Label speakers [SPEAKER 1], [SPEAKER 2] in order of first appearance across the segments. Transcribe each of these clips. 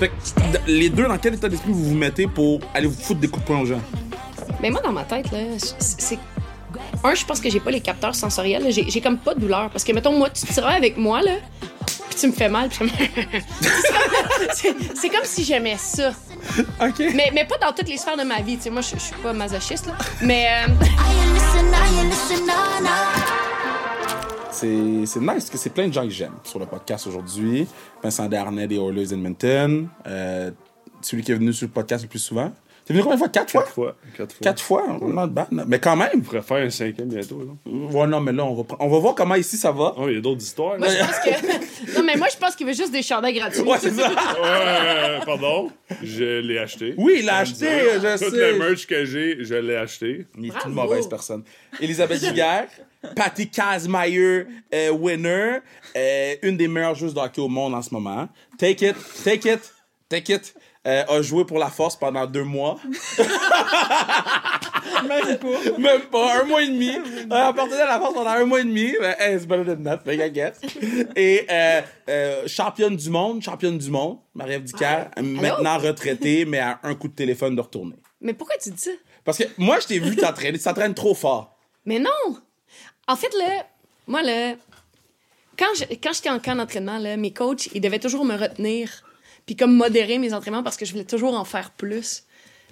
[SPEAKER 1] Fait que, d- les deux, dans quel état d'esprit vous vous mettez pour aller vous foutre des coups de poing aux gens?
[SPEAKER 2] Mais moi, dans ma tête, là, c'est- c'est. Un, je pense que j'ai pas les capteurs sensoriels. là. J'ai j'ai comme pas de douleur. Parce que, mettons, moi, tu tirais avec moi, là, puis tu me fais mal, puis je me- C'est comme- C'est comme si j'aimais ça.
[SPEAKER 1] OK.
[SPEAKER 2] Mais, mais pas dans toutes les sphères de ma vie. Tu sais, moi, je je suis pas masochiste, là. Mais. euh,
[SPEAKER 1] C'est c'est nice parce que c'est plein de gens que j'aime sur le podcast aujourd'hui. Vincent Darnay des Oilers Edmonton. Euh, celui qui est venu sur le podcast le plus souvent. T'es venu combien de fois? Quatre fois?
[SPEAKER 3] Quatre fois. Quatre fois.
[SPEAKER 1] Quatre fois? Not bad, non? Mais quand même.
[SPEAKER 3] On pourrait faire un cinquième bientôt. Là.
[SPEAKER 1] Ouais, non, mais là, on va, pre- on va voir comment ici ça va.
[SPEAKER 3] Oh, il y a d'autres histoires.
[SPEAKER 2] moi,
[SPEAKER 3] là.
[SPEAKER 2] je pense que. Non, mais moi, je pense qu'il veut juste des chandails gratuits.
[SPEAKER 1] Ouais, c'est ça.
[SPEAKER 3] Ouais, euh, pardon. Je l'ai acheté.
[SPEAKER 1] Oui, il l'a
[SPEAKER 3] Ça me
[SPEAKER 1] acheté,
[SPEAKER 3] dit-
[SPEAKER 1] je
[SPEAKER 3] Toute
[SPEAKER 1] sais.
[SPEAKER 3] la merch que j'ai, je l'ai acheté.
[SPEAKER 1] Il est
[SPEAKER 2] Bravo.
[SPEAKER 1] une mauvaise personne. Elisabeth Guiguerre, Patty Kazmaier, euh, winner, euh, une des meilleures joueuses de hockey au monde en ce moment. Take it, take it, take it. Euh, a joué pour la force pendant deux mois.
[SPEAKER 4] Même pas.
[SPEAKER 1] Même pas, un mois et demi. Elle appartenait à la force pendant un mois et demi. Ben, hey, it's better than nothing, I guess. Et euh, euh, championne du monde, championne du monde, Marie-Ève Ducaire, maintenant retraitée, mais à un coup de téléphone de retourner.
[SPEAKER 2] Mais pourquoi tu dis ça?
[SPEAKER 1] Parce que moi, je t'ai vu t'entraîner, ça traîne trop fort.
[SPEAKER 2] Mais non! En fait, là, moi, là, quand je- quand j'étais en camp d'entraînement, là, mes coachs, ils devaient toujours me retenir, puis comme modérer mes entraînements parce que je voulais toujours en faire plus.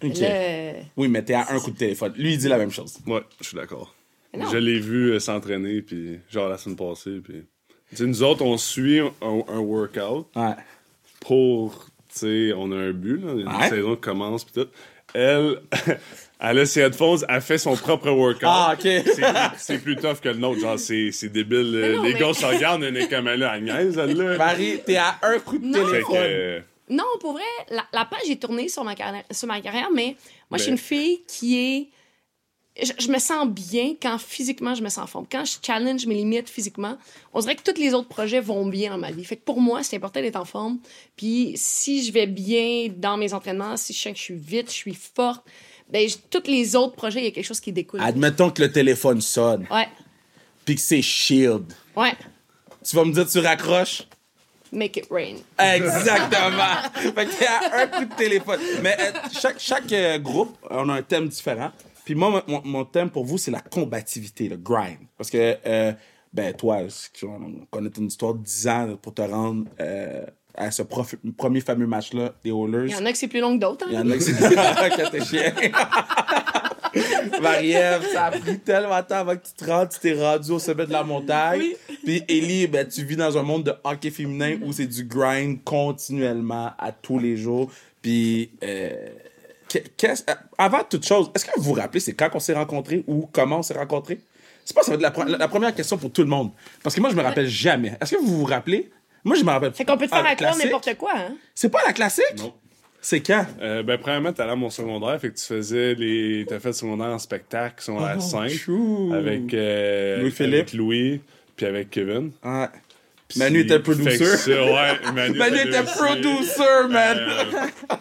[SPEAKER 1] Ok.
[SPEAKER 2] Là, euh,
[SPEAKER 1] Oui, mais t'es à un coup de téléphone. Lui, il dit la même chose.
[SPEAKER 3] Ouais, je suis d'accord.
[SPEAKER 2] Mais non.
[SPEAKER 3] Je l'ai vu euh, s'entraîner, puis genre la semaine passée. Puis... Tu sais, nous autres, on suit un, un workout
[SPEAKER 1] Ouais.
[SPEAKER 3] pour. Tu sais, on a un but, là.
[SPEAKER 1] Ouais.
[SPEAKER 3] La saison commence, puis tout. Elle, elle a ses headphones, elle fait son propre workout.
[SPEAKER 1] Ah, ok.
[SPEAKER 3] C'est- C'est plus tough que le nôtre, genre, c'est c'est débile.
[SPEAKER 2] Mais non,
[SPEAKER 3] les
[SPEAKER 2] mais-
[SPEAKER 3] gars se regardent, on est comme elle, elle niaise, elle, là.
[SPEAKER 1] Marie, t'es à un coup de
[SPEAKER 2] Non.
[SPEAKER 3] Fait que,
[SPEAKER 1] téléphone.
[SPEAKER 3] euh,
[SPEAKER 2] non, pour vrai, la, la page est tournée sur ma carrière, sur ma carrière mais moi, je suis
[SPEAKER 3] Ben.
[SPEAKER 2] une fille qui est. Je, je me sens bien quand physiquement je me sens en forme. Quand je challenge mes limites physiquement, on dirait que tous les autres projets vont bien dans ma vie. Fait que pour moi, c'est important d'être en forme. Puis si je vais bien dans mes entraînements, si je sens que je suis vite, je suis forte, ben je- tous les autres projets, il y a quelque chose qui découle.
[SPEAKER 1] Admettons que le téléphone sonne,
[SPEAKER 2] Ouais,
[SPEAKER 1] puis que c'est Shield.
[SPEAKER 2] ouais.
[SPEAKER 1] Tu vas me dire, tu raccroches?
[SPEAKER 2] Make it rain.
[SPEAKER 1] Exactement. fait que t'es à un coup de téléphone. Mais euh, chaque, chaque euh, groupe, on a un thème différent. Puis moi, mon, mon- mon thème pour vous, c'est la combativité, le grind. Parce que, euh, ben, toi, c- on connaît une histoire de 10 ans pour te rendre euh, à ce prof- premier fameux match-là des Oilers.
[SPEAKER 2] Il y en a que c'est plus long que d'autres. hein.
[SPEAKER 1] Il y en a qui c'est que t'es chien. Marie-Ève, ça a pris tellement de temps avant que tu te rendes, tu t'es rendu au sommet de la montagne. Puis Ellie, ben, tu vis dans un monde de hockey féminin où c'est du grind continuellement à tous les jours. Puis, euh, qu'est- qu'est-ce- euh, avant toute chose, est-ce que vous vous rappelez c'est quand on s'est rencontrés ou comment on s'est rencontrés? Je pense que ça va être la, pre- la- la première question pour tout le monde. Parce que moi, je me rappelle jamais. Est-ce que vous vous rappelez? Moi, je me rappelle.
[SPEAKER 2] Fait qu'on peut te faire
[SPEAKER 1] Ah,
[SPEAKER 2] à croire
[SPEAKER 1] classique.
[SPEAKER 2] n'importe quoi. Hein?
[SPEAKER 1] C'est pas la classique?
[SPEAKER 3] Non.
[SPEAKER 1] C'est quand?
[SPEAKER 3] Euh, ben, premièrement, t'allais à mon secondaire, fait que tu faisais les. T'as fait le secondaire en spectacle, secondaire
[SPEAKER 1] Oh,
[SPEAKER 3] 5.
[SPEAKER 1] chou.
[SPEAKER 3] Avec. euh,
[SPEAKER 1] Louis-Philippe.
[SPEAKER 3] avec Louis, puis avec Kevin.
[SPEAKER 1] Ouais. Manu était
[SPEAKER 3] Puis-
[SPEAKER 1] producer.
[SPEAKER 3] fait que c'est- ouais, Manu,
[SPEAKER 1] Manu était
[SPEAKER 3] aussi.
[SPEAKER 1] producer, man.
[SPEAKER 3] Euh,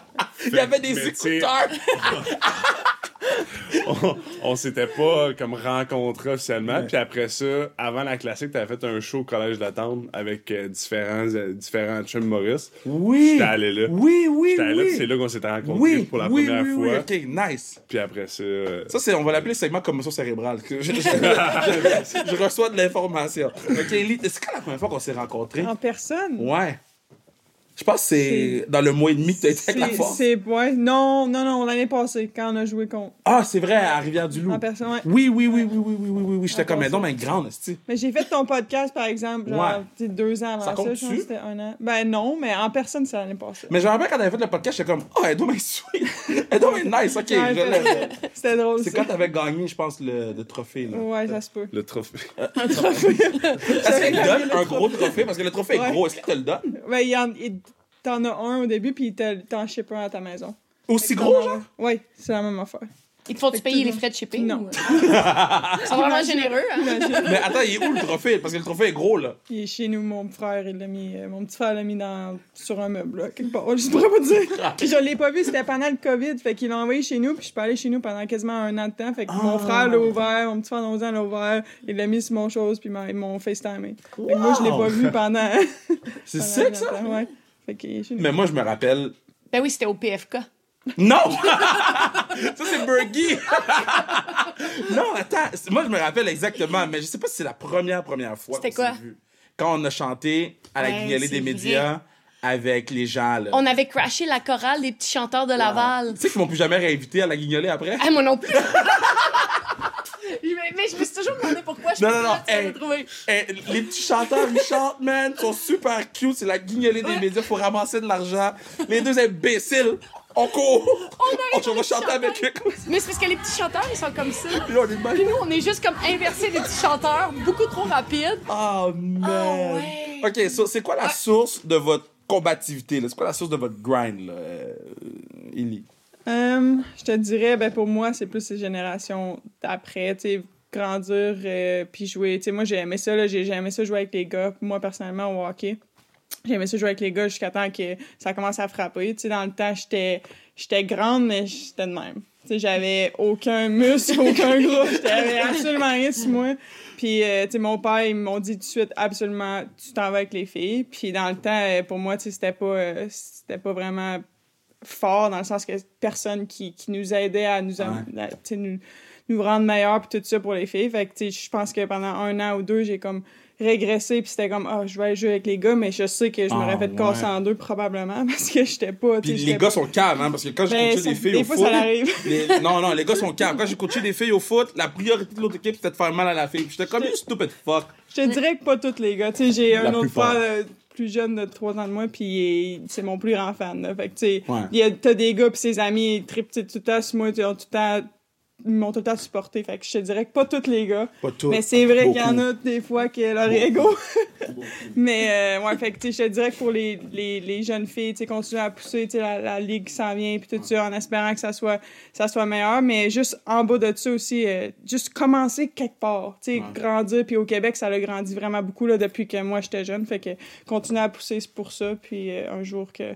[SPEAKER 1] Il y avait des
[SPEAKER 3] mais t'sais,
[SPEAKER 1] écouteurs.
[SPEAKER 3] on, on s'était pas comme rencontrés officiellement. Puis après ça, avant la classique, t'avais fait un show au collège de la Tente avec euh, différents, euh, différents chums Maurice.
[SPEAKER 1] Oui.
[SPEAKER 3] J'étais allé là.
[SPEAKER 1] Oui, oui,
[SPEAKER 3] J'étais allé là, puis
[SPEAKER 1] oui.
[SPEAKER 3] c'est là qu'on s'était rencontrés
[SPEAKER 1] oui,
[SPEAKER 3] pour la
[SPEAKER 1] oui,
[SPEAKER 3] première
[SPEAKER 1] oui,
[SPEAKER 3] fois.
[SPEAKER 1] oui, ok, nice.
[SPEAKER 3] Puis après ça. euh,
[SPEAKER 1] Ça, c'est, on va l'appeler le segment commotion cérébrale. Je, je- je- je- je reçois de l'information. Ok, Ellie, c'est quand la première fois qu'on s'est rencontrés?
[SPEAKER 4] En personne.
[SPEAKER 1] Ouais. Je pense que c'est dans le mois et demi que t'as été avec la
[SPEAKER 4] C'est.
[SPEAKER 1] force.
[SPEAKER 4] c'est- Ouais. Non, non, non, l'année passée, quand on a joué contre.
[SPEAKER 1] Ah, c'est vrai, à Rivière-du-Loup.
[SPEAKER 4] En personne, ouais.
[SPEAKER 1] Oui, oui, oui, oui, oui, oui, oui, oui, oui. J'étais
[SPEAKER 4] En
[SPEAKER 1] comme, mais non,
[SPEAKER 4] personne.
[SPEAKER 1] mais grande, c'est
[SPEAKER 4] Mais j'ai fait ton podcast, par exemple, genre,
[SPEAKER 1] Ouais.
[SPEAKER 4] tu sais, deux ans avant
[SPEAKER 1] Ça
[SPEAKER 4] ça,
[SPEAKER 1] compte-tu?
[SPEAKER 4] je pense que c'était un an. Ben non, mais en personne, c'est l'année passée.
[SPEAKER 1] Mais je me rappelle quand elle avait fait le podcast, j'étais comme, oh, elle doit être sweet. Elle doit être nice, ok.
[SPEAKER 4] Ouais,
[SPEAKER 1] je l'aime.
[SPEAKER 4] C'était drôle,
[SPEAKER 1] C'est
[SPEAKER 4] ça.
[SPEAKER 1] quand t'avais gagné, je pense, le, le trophée. Là.
[SPEAKER 4] Ouais, ça se peut.
[SPEAKER 3] Le trophée.
[SPEAKER 1] Est-ce qu'elle
[SPEAKER 4] J'avais gagné
[SPEAKER 1] donne
[SPEAKER 4] le
[SPEAKER 1] un gros trophée? Parce que le trophée est
[SPEAKER 4] Ouais.
[SPEAKER 1] gros. Est-ce qu'elle te le donne?
[SPEAKER 4] Ben, il y en- il- t'en as un au début, puis t'en- t'en ship un à ta maison.
[SPEAKER 1] Aussi gros,
[SPEAKER 4] T'en as
[SPEAKER 1] Oh, genre?
[SPEAKER 4] un. Ouais, c'est la même affaire.
[SPEAKER 2] Ils te font-tu
[SPEAKER 4] Fait que
[SPEAKER 2] payer
[SPEAKER 4] tout
[SPEAKER 2] les
[SPEAKER 4] le-
[SPEAKER 2] frais de shipping?
[SPEAKER 4] Non.
[SPEAKER 2] ou- euh? Ils sont vraiment généreux. Hein?
[SPEAKER 4] Imagine.
[SPEAKER 1] Mais attends, il est où le trophée? Parce que le trophée est gros, là.
[SPEAKER 4] Il est chez nous, mon frère, il l'a mis, euh, mon petit frère l'a mis dans, sur un meuble, là, quelque part. Je pourrais pas dire. Je l'ai pas vu, c'était pendant le COVID, fait qu'il l'a envoyé chez nous, puis je suis pas allée chez nous pendant quasiment un an de temps, fait que
[SPEAKER 1] Ah.
[SPEAKER 4] mon frère l'a ouvert, mon petit frère de 11 ans l'a ouvert, il l'a mis sur mon chose, puis m'a- ils m'ont FaceTimé. Fait que moi, je l'ai
[SPEAKER 1] Wow!
[SPEAKER 4] pas vu pendant.
[SPEAKER 1] C'est
[SPEAKER 4] pendant
[SPEAKER 1] sick,
[SPEAKER 4] un
[SPEAKER 1] ça?
[SPEAKER 4] an de temps, ouais. Fait qu'il est chez nous.
[SPEAKER 1] Mais moi, je me rappelle.
[SPEAKER 2] Ben oui, c'était au PFK.
[SPEAKER 1] Non! ça, c'est Bergie! non, attends. c'est- Moi, je me rappelle exactement, mais je sais pas si c'est la première, première fois.
[SPEAKER 2] C'était
[SPEAKER 1] qu'on
[SPEAKER 2] quoi?
[SPEAKER 1] s'est vu. Quand on a chanté à la
[SPEAKER 2] Ouais,
[SPEAKER 1] guignolée
[SPEAKER 2] c'est
[SPEAKER 1] des médias avec les gens, là.
[SPEAKER 2] On avait crashé la chorale des petits chanteurs de Laval.
[SPEAKER 1] Tu sais qu'ils m'ont plus jamais réinvité à la guignolée après?
[SPEAKER 2] Ah, moi non plus! Je me- mais je me suis toujours demandé pourquoi je
[SPEAKER 1] Non,
[SPEAKER 2] me
[SPEAKER 1] non,
[SPEAKER 2] suis
[SPEAKER 1] non,
[SPEAKER 2] dit, tu vas
[SPEAKER 1] hey.
[SPEAKER 2] le trouver.
[SPEAKER 1] Eh, les petits chanteurs, ils chantent, man, sont super cute. C'est la guignolée des
[SPEAKER 2] Ouais.
[SPEAKER 1] médias. Faut ramasser de l'argent. Les deux imbéciles, on court.
[SPEAKER 4] Oh
[SPEAKER 1] On,
[SPEAKER 2] arrive
[SPEAKER 1] va
[SPEAKER 2] avec
[SPEAKER 1] chanter
[SPEAKER 2] les
[SPEAKER 1] avec eux. comme ça.
[SPEAKER 2] Mais c'est parce que les petits chanteurs, ils sont comme ça.
[SPEAKER 1] Puis là, on est mal.
[SPEAKER 2] Puis nous, on est juste comme inversés des petits chanteurs, beaucoup trop rapides.
[SPEAKER 1] Oh, man.
[SPEAKER 2] ouais.
[SPEAKER 1] OK, so, c'est quoi la
[SPEAKER 4] Ah.
[SPEAKER 1] source de votre combativité? là? C'est quoi la source de votre grind, là, euh, Ellie?
[SPEAKER 4] Euh, je te dirais, ben pour moi, c'est plus ces générations d'après, tu sais, grandir euh, puis jouer. Tu sais, moi, j'ai aimé ça, là, j'ai j'ai aimé ça jouer avec les gars. Moi, personnellement, au hockey, j'ai aimé ça jouer avec les gars jusqu'à temps que ça commence à frapper. Tu sais, dans le temps, j'étais j'étais grande, mais j'étais de même. Tu sais, j'avais aucun muscle, aucun gros, j'avais absolument rien sur moi. Puis, euh, tu sais, mon père, ils m'ont dit tout de suite, absolument, tu t'en vas avec les filles. Puis, dans le temps, euh, pour moi, tu sais, c'était pas, euh, c'était pas vraiment fort dans le sens que personne qui, qui nous aidait à nous, am- à, tu sais, nous, nous rendre meilleurs puis tout ça pour les filles. Fait que, tu sais, je pense que pendant un an ou deux, j'ai comme régressé puis c'était comme, ah, je vais aller jouer avec les gars, mais je sais que je me
[SPEAKER 1] Ah,
[SPEAKER 4] m'aurais fait
[SPEAKER 1] ouais.
[SPEAKER 4] casser en deux probablement parce que j'étais pas, tu
[SPEAKER 1] Puis
[SPEAKER 4] sais,
[SPEAKER 1] les
[SPEAKER 4] j'étais
[SPEAKER 1] gars sont calmes, hein, parce que quand j'ai
[SPEAKER 4] Ben,
[SPEAKER 1] coaché
[SPEAKER 4] ça-
[SPEAKER 1] des filles
[SPEAKER 4] des
[SPEAKER 1] au
[SPEAKER 4] fois,
[SPEAKER 1] foot...
[SPEAKER 4] ça arrive.
[SPEAKER 1] les- non, non, les gars sont calmes. Quand j'ai coaché des filles au foot, la priorité de l'autre équipe, c'était de faire mal à la fille. Puis J'étais comme, you stupid fuck.
[SPEAKER 4] Je te dirais que pas tous les gars. Tu sais, j'ai
[SPEAKER 1] La
[SPEAKER 4] un autre
[SPEAKER 1] plupart.
[SPEAKER 4] frère euh, plus jeune de 3 ans de moi, puis il est- c'est mon plus grand fan. là. Fait que, tu sais,
[SPEAKER 1] Ouais.
[SPEAKER 4] il y a- t'as des gars, puis ses amis, ils trippent tu sais, tout le temps sur moi, tu sais, ils ont tout le temps- ils m'ont tout le temps supporté. Fait que je te dirais que pas tous les gars.
[SPEAKER 1] Pas tout.
[SPEAKER 4] Mais c'est vrai qu'il y en
[SPEAKER 1] Beaucoup.
[SPEAKER 4] a des fois que leur ego. mais euh, ouais, fait que tu sais, je te dirais que pour les, les, les jeunes filles, tu sais, continuer à pousser, tu sais, la, la ligue qui s'en vient, puis tout ça, en espérant que ça soit, ça soit meilleur. Mais juste en bas de ça aussi, euh, juste commencer quelque part, tu sais, grandir. Puis au Québec, ça l'a grandi vraiment beaucoup là, depuis que moi j'étais jeune. Fait que continuer à pousser c'est pour ça, puis euh, un jour que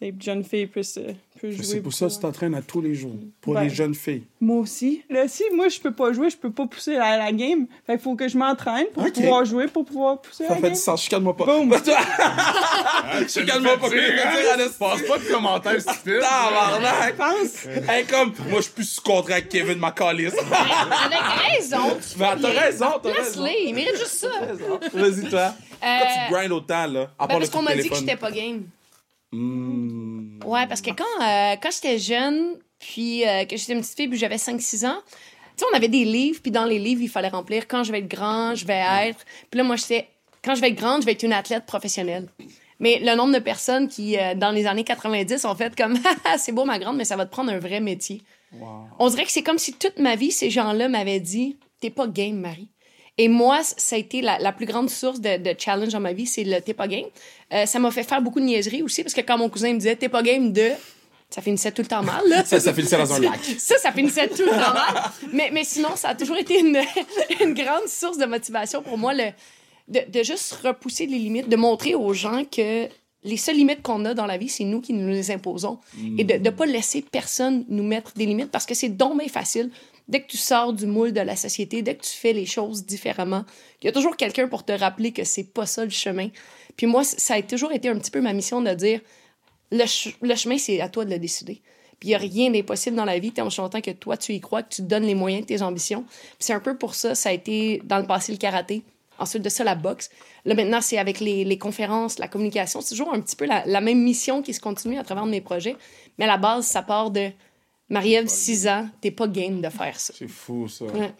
[SPEAKER 4] les jeunes filles puissent, euh, puissent jouer.
[SPEAKER 1] C'est pour ça que tu t'entraînes à tous les jours, pour
[SPEAKER 4] Ben.
[SPEAKER 1] les jeunes filles.
[SPEAKER 4] Moi aussi. Là, si moi, je peux pas jouer, je peux pas pousser la, la game. Fait qu'il faut que je m'entraîne pour
[SPEAKER 1] Ok.
[SPEAKER 4] pouvoir jouer, pour pouvoir pousser
[SPEAKER 1] Ça
[SPEAKER 4] la
[SPEAKER 1] fait
[SPEAKER 4] game.
[SPEAKER 1] du sens, chicane-moi pas.
[SPEAKER 4] Boum.
[SPEAKER 1] Chicane-moi pas.
[SPEAKER 3] Je passe pas de commentaires stupides.
[SPEAKER 1] Tabarnak!
[SPEAKER 4] Pense.
[SPEAKER 1] Hey, comme, moi, je suis plus sous contrat avec Kevin McCallis.
[SPEAKER 2] Avec raison.
[SPEAKER 1] Mais t'as raison, t'as raison.
[SPEAKER 2] Laisse-les, ils méritent juste ça. Euh,
[SPEAKER 1] Vas-y, toi. Quand tu grindes autant, là, à part
[SPEAKER 2] ben,
[SPEAKER 1] le
[SPEAKER 2] parce qu'on
[SPEAKER 1] coup de
[SPEAKER 2] m'a dit que
[SPEAKER 1] téléphone.
[SPEAKER 2] j'étais pas game.
[SPEAKER 1] Hmm.
[SPEAKER 2] Ouais, parce que quand, euh, quand j'étais jeune, puis euh, que j'étais une petite fille, puis j'avais 5-6 ans, tu sais, on avait des livres, puis dans les livres, il fallait remplir quand je vais être grand, je vais être. Puis là, moi, j'étais, quand je vais être grande, je vais être une athlète professionnelle. Mais le nombre de personnes qui, euh, dans les années 90, ont fait comme, Ah, c'est beau ma grande, mais ça va te prendre un vrai métier.
[SPEAKER 1] Wow.
[SPEAKER 2] On dirait que c'est comme si toute ma vie, ces gens-là m'avaient dit T'es pas game, Marie. Et moi, c- ça a été la, la plus grande source de, de challenge dans ma vie, c'est le T'es pas game. Euh, ça m'a fait faire beaucoup de niaiseries aussi, parce que quand mon cousin me disait T'es pas game de. Ça finissait tout le temps mal, là.
[SPEAKER 1] Ça, ça finissait dans un lac.
[SPEAKER 2] Ça, ça finissait tout le temps mal. Mais, mais sinon, ça a toujours été une, une grande source de motivation pour moi, le, de, de juste repousser les limites, de montrer aux gens que les seules limites qu'on a dans la vie, c'est nous qui nous les imposons. Et de ne pas laisser personne nous mettre des limites parce que c'est donc bien facile. Dès que tu sors du moule de la société, dès que tu fais les choses différemment, il y a toujours quelqu'un pour te rappeler que c'est pas ça le chemin. Puis moi, c- ça a toujours été un petit peu ma mission de dire le, ch- le chemin, c'est à toi de le décider. Puis il n'y a rien d'impossible dans la vie, tant en chantant que toi, tu y crois, que tu te donnes les moyens de tes ambitions. Puis c'est un peu pour ça, ça a été dans le passé le karaté, ensuite de ça la boxe. Là maintenant, c'est avec les, les conférences, la communication. C'est toujours un petit peu la, la même mission qui se continue à travers mes projets. Mais à la base, ça part de Marie-Ève, 6 ans, t'es pas game de faire ça.
[SPEAKER 1] C'est fou, ça.
[SPEAKER 2] Ouais.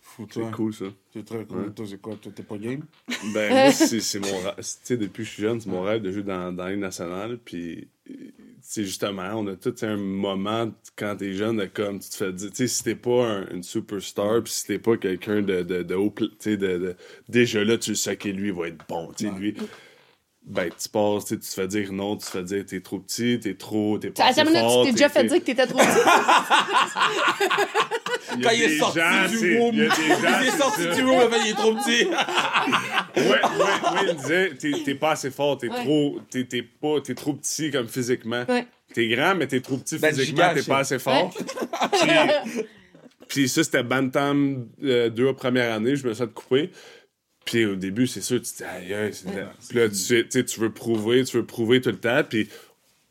[SPEAKER 1] Fou, toi.
[SPEAKER 3] C'est cool, ça.
[SPEAKER 1] C'est très cool. Toi, c'est quoi? Toi, t'es pas game?
[SPEAKER 3] Ben, moi, c'est c'est mon rêve. Tu sais, depuis que je suis jeune, c'est mon rêve de jouer dans, dans la Ligue nationale. Puis, euh, tu sais, justement, on a tout un moment quand t'es jeune de comme, tu te fais dire, tu sais, si t'es pas un- une superstar, puis si t'es pas quelqu'un de, de, de haut, pla- tu sais, de, de- déjà là, tu sais que lui, il va être bon, tu sais, lui. Ben, tu passes, tu sais, tu te fais dire non, tu te fais dire t'es trop petit, t'es trop, t'es pas
[SPEAKER 2] À
[SPEAKER 3] assez
[SPEAKER 2] la minute,
[SPEAKER 3] fort,
[SPEAKER 2] tu t'es déjà fait
[SPEAKER 3] t'es-
[SPEAKER 2] dire que t'étais trop petit.
[SPEAKER 3] Il y a
[SPEAKER 1] Quand il est
[SPEAKER 3] des
[SPEAKER 1] sorti
[SPEAKER 3] gens,
[SPEAKER 1] du
[SPEAKER 3] c'est-
[SPEAKER 1] room.
[SPEAKER 3] Il y a des gens,
[SPEAKER 1] Il est
[SPEAKER 3] c'est
[SPEAKER 1] sorti
[SPEAKER 3] ça.
[SPEAKER 1] du room, il est trop petit.
[SPEAKER 3] Ouais, ouais, ouais, il me disait, t'es- t'es pas assez fort, t'es
[SPEAKER 2] Ouais.
[SPEAKER 3] trop, t'es, t'es pas, t'es trop petit comme physiquement.
[SPEAKER 2] Ouais.
[SPEAKER 3] T'es grand, mais t'es trop petit
[SPEAKER 1] Ben,
[SPEAKER 3] physiquement,
[SPEAKER 1] giga,
[SPEAKER 3] t'es
[SPEAKER 1] je-
[SPEAKER 3] pas assez fort. euh, Puis, puis ça, c'était Bantam 2 première année, je me suis fait couper. Puis au début, c'est sûr, tu te dis, aïe, aïe, c'est de la- Puis là, tu sais, tu sais, tu veux prouver, tu veux prouver tout le temps. Puis